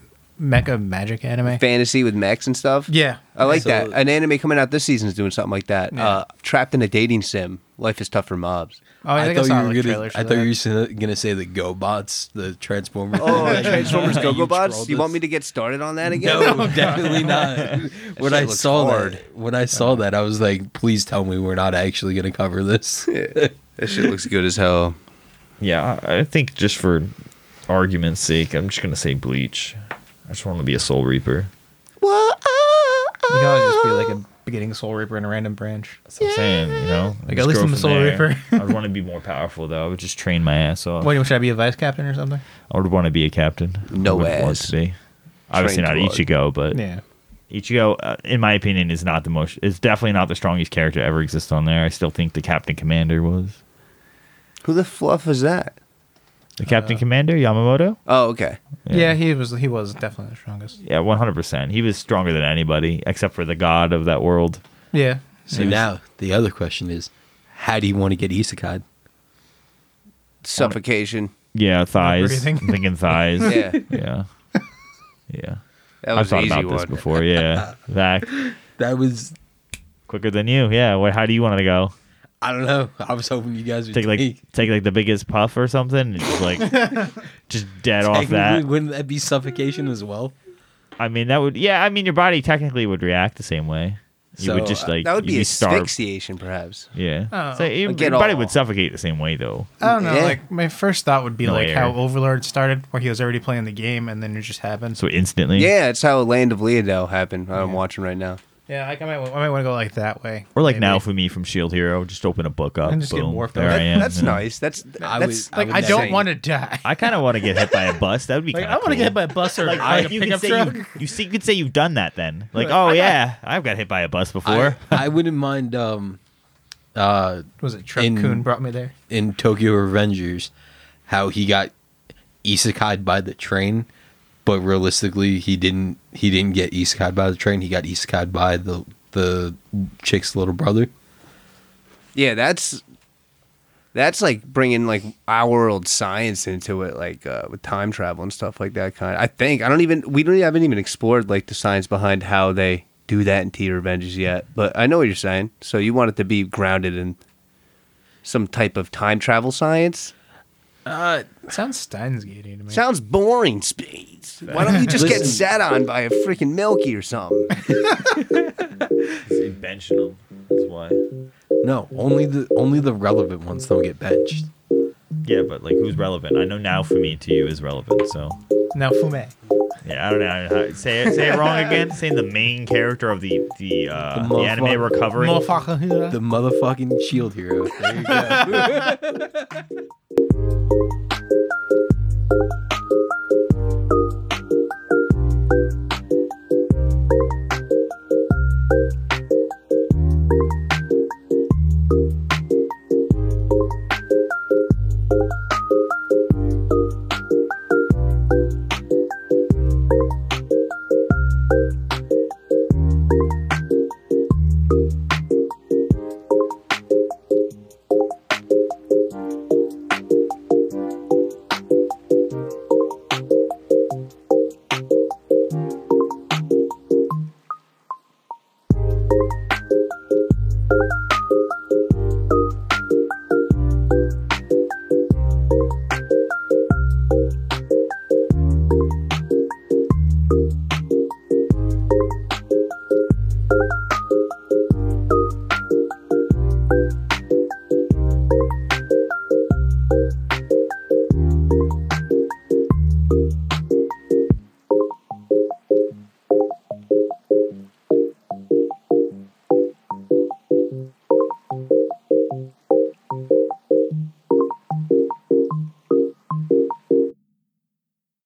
mecha magic anime. fantasy with mechs and stuff. Yeah. I like So- that. An anime coming out this season is doing something like that. Yeah. Uh, trapped in a dating sim. Life is tough for mobs. Oh, I, think I thought saw you were like, gonna. trailers I for thought that. you were gonna- gonna say the GoBots, the Transformers. Oh, Transformers Go Go Bots. trolled You want us. me to get started on that again? No, definitely not. when I looks saw hard. that, when I saw that, I was like, "Please tell me we're not actually going to cover this." That shit looks good as hell. Yeah, I I think just for argument's sake, I'm just gonna say Bleach. I just want to be a Soul Reaper. Well, ah, ah. You can always just be like a beginning Soul Reaper in a random branch. That's what I'm saying, you know. Like, Just at least go I'm a from Soul there. Reaper. I'd want to be more powerful though. I would just train my ass off. What should I be a vice captain or something? I would want to be a captain. No I would want ass. to be. Obviously not Trained blood. Ichigo, but Yeah. Ichigo, uh, in my opinion, is not the most. It's definitely not the strongest character to ever exist on there. I still think the Captain Commander was Who the fluff is that? the Captain Uh, Commander Yamamoto. Oh, okay. yeah, He was he was definitely the strongest. Yeah, one hundred percent. He was stronger than anybody except for the god of that world. Yeah. So now the other question is, how do you want to get isekai? Suffocation. Yeah, thighs. I'm breathing. thinking thighs. Yeah. yeah, yeah. That I've was an thought easy about one. this before. Yeah, back That was quicker than you. Yeah. What? How do you want to go? I don't know. I was hoping you guys would Take like take- take like the biggest puff or something. And just like just dead off Technically, that. Wouldn't that be suffocation as well? I mean, that would. Yeah, I mean, your body technically would react the same way. You So, would just uh, like That would you'd be starved. asphyxiation, perhaps. Yeah. Oh. So you- Like, your at body all. would suffocate the same way though. I don't know. Yeah. Like my first thought would be No like air. how Overlord started, where he was already playing the game, and then it just happened. So instantly. Yeah, it's how Land of Leodel happened. I'm watching right now. Yeah, like I might I might want to go like that way. Or like maybe. now for me from Shield E Hero, just open a book up. And just get boom, morphed there up. I am. That's yeah. nice. That's I that's would- Like I, would don't say- want to die. I kind of want to get hit by a bus. That would be. Like kinda I want to cool. get hit by a bus or like, I- a you could pickup say truck. You, you see, you could say you've done that then. Like, Like, oh I got- yeah, I've got hit by a bus I, before. I wouldn't mind um, uh, Was it Truck In- Coon brought me there? in Tokyo Revengers how he got isekai'd by the train, but realistically he didn't he didn't get isekai'd by the train, he got isekai'd by the the chick's little brother. yeah. That's that's like bringing like our world science into it, like uh, with time travel and stuff like that. Kind. I think I don't even we don't haven't even explored like the science behind how they do that in T Revengers yet. But I know what you're saying. So you want it to be grounded in some type of time travel science. sounds Steins Gate to me. Sounds boring, Spades. Why don't you just get Listen. sat on by a freaking Milky or something? bench them. That's why. No, only the only the relevant ones don't get benched. Yeah, but like, who's relevant? I know now for me to you is relevant. So now Fume. yeah, I don't know. I don't know how- say it, say it wrong again. Saying the main character of the the, uh, the, The anime motherfucker. recovering. The motherfucking shield hero. There you go.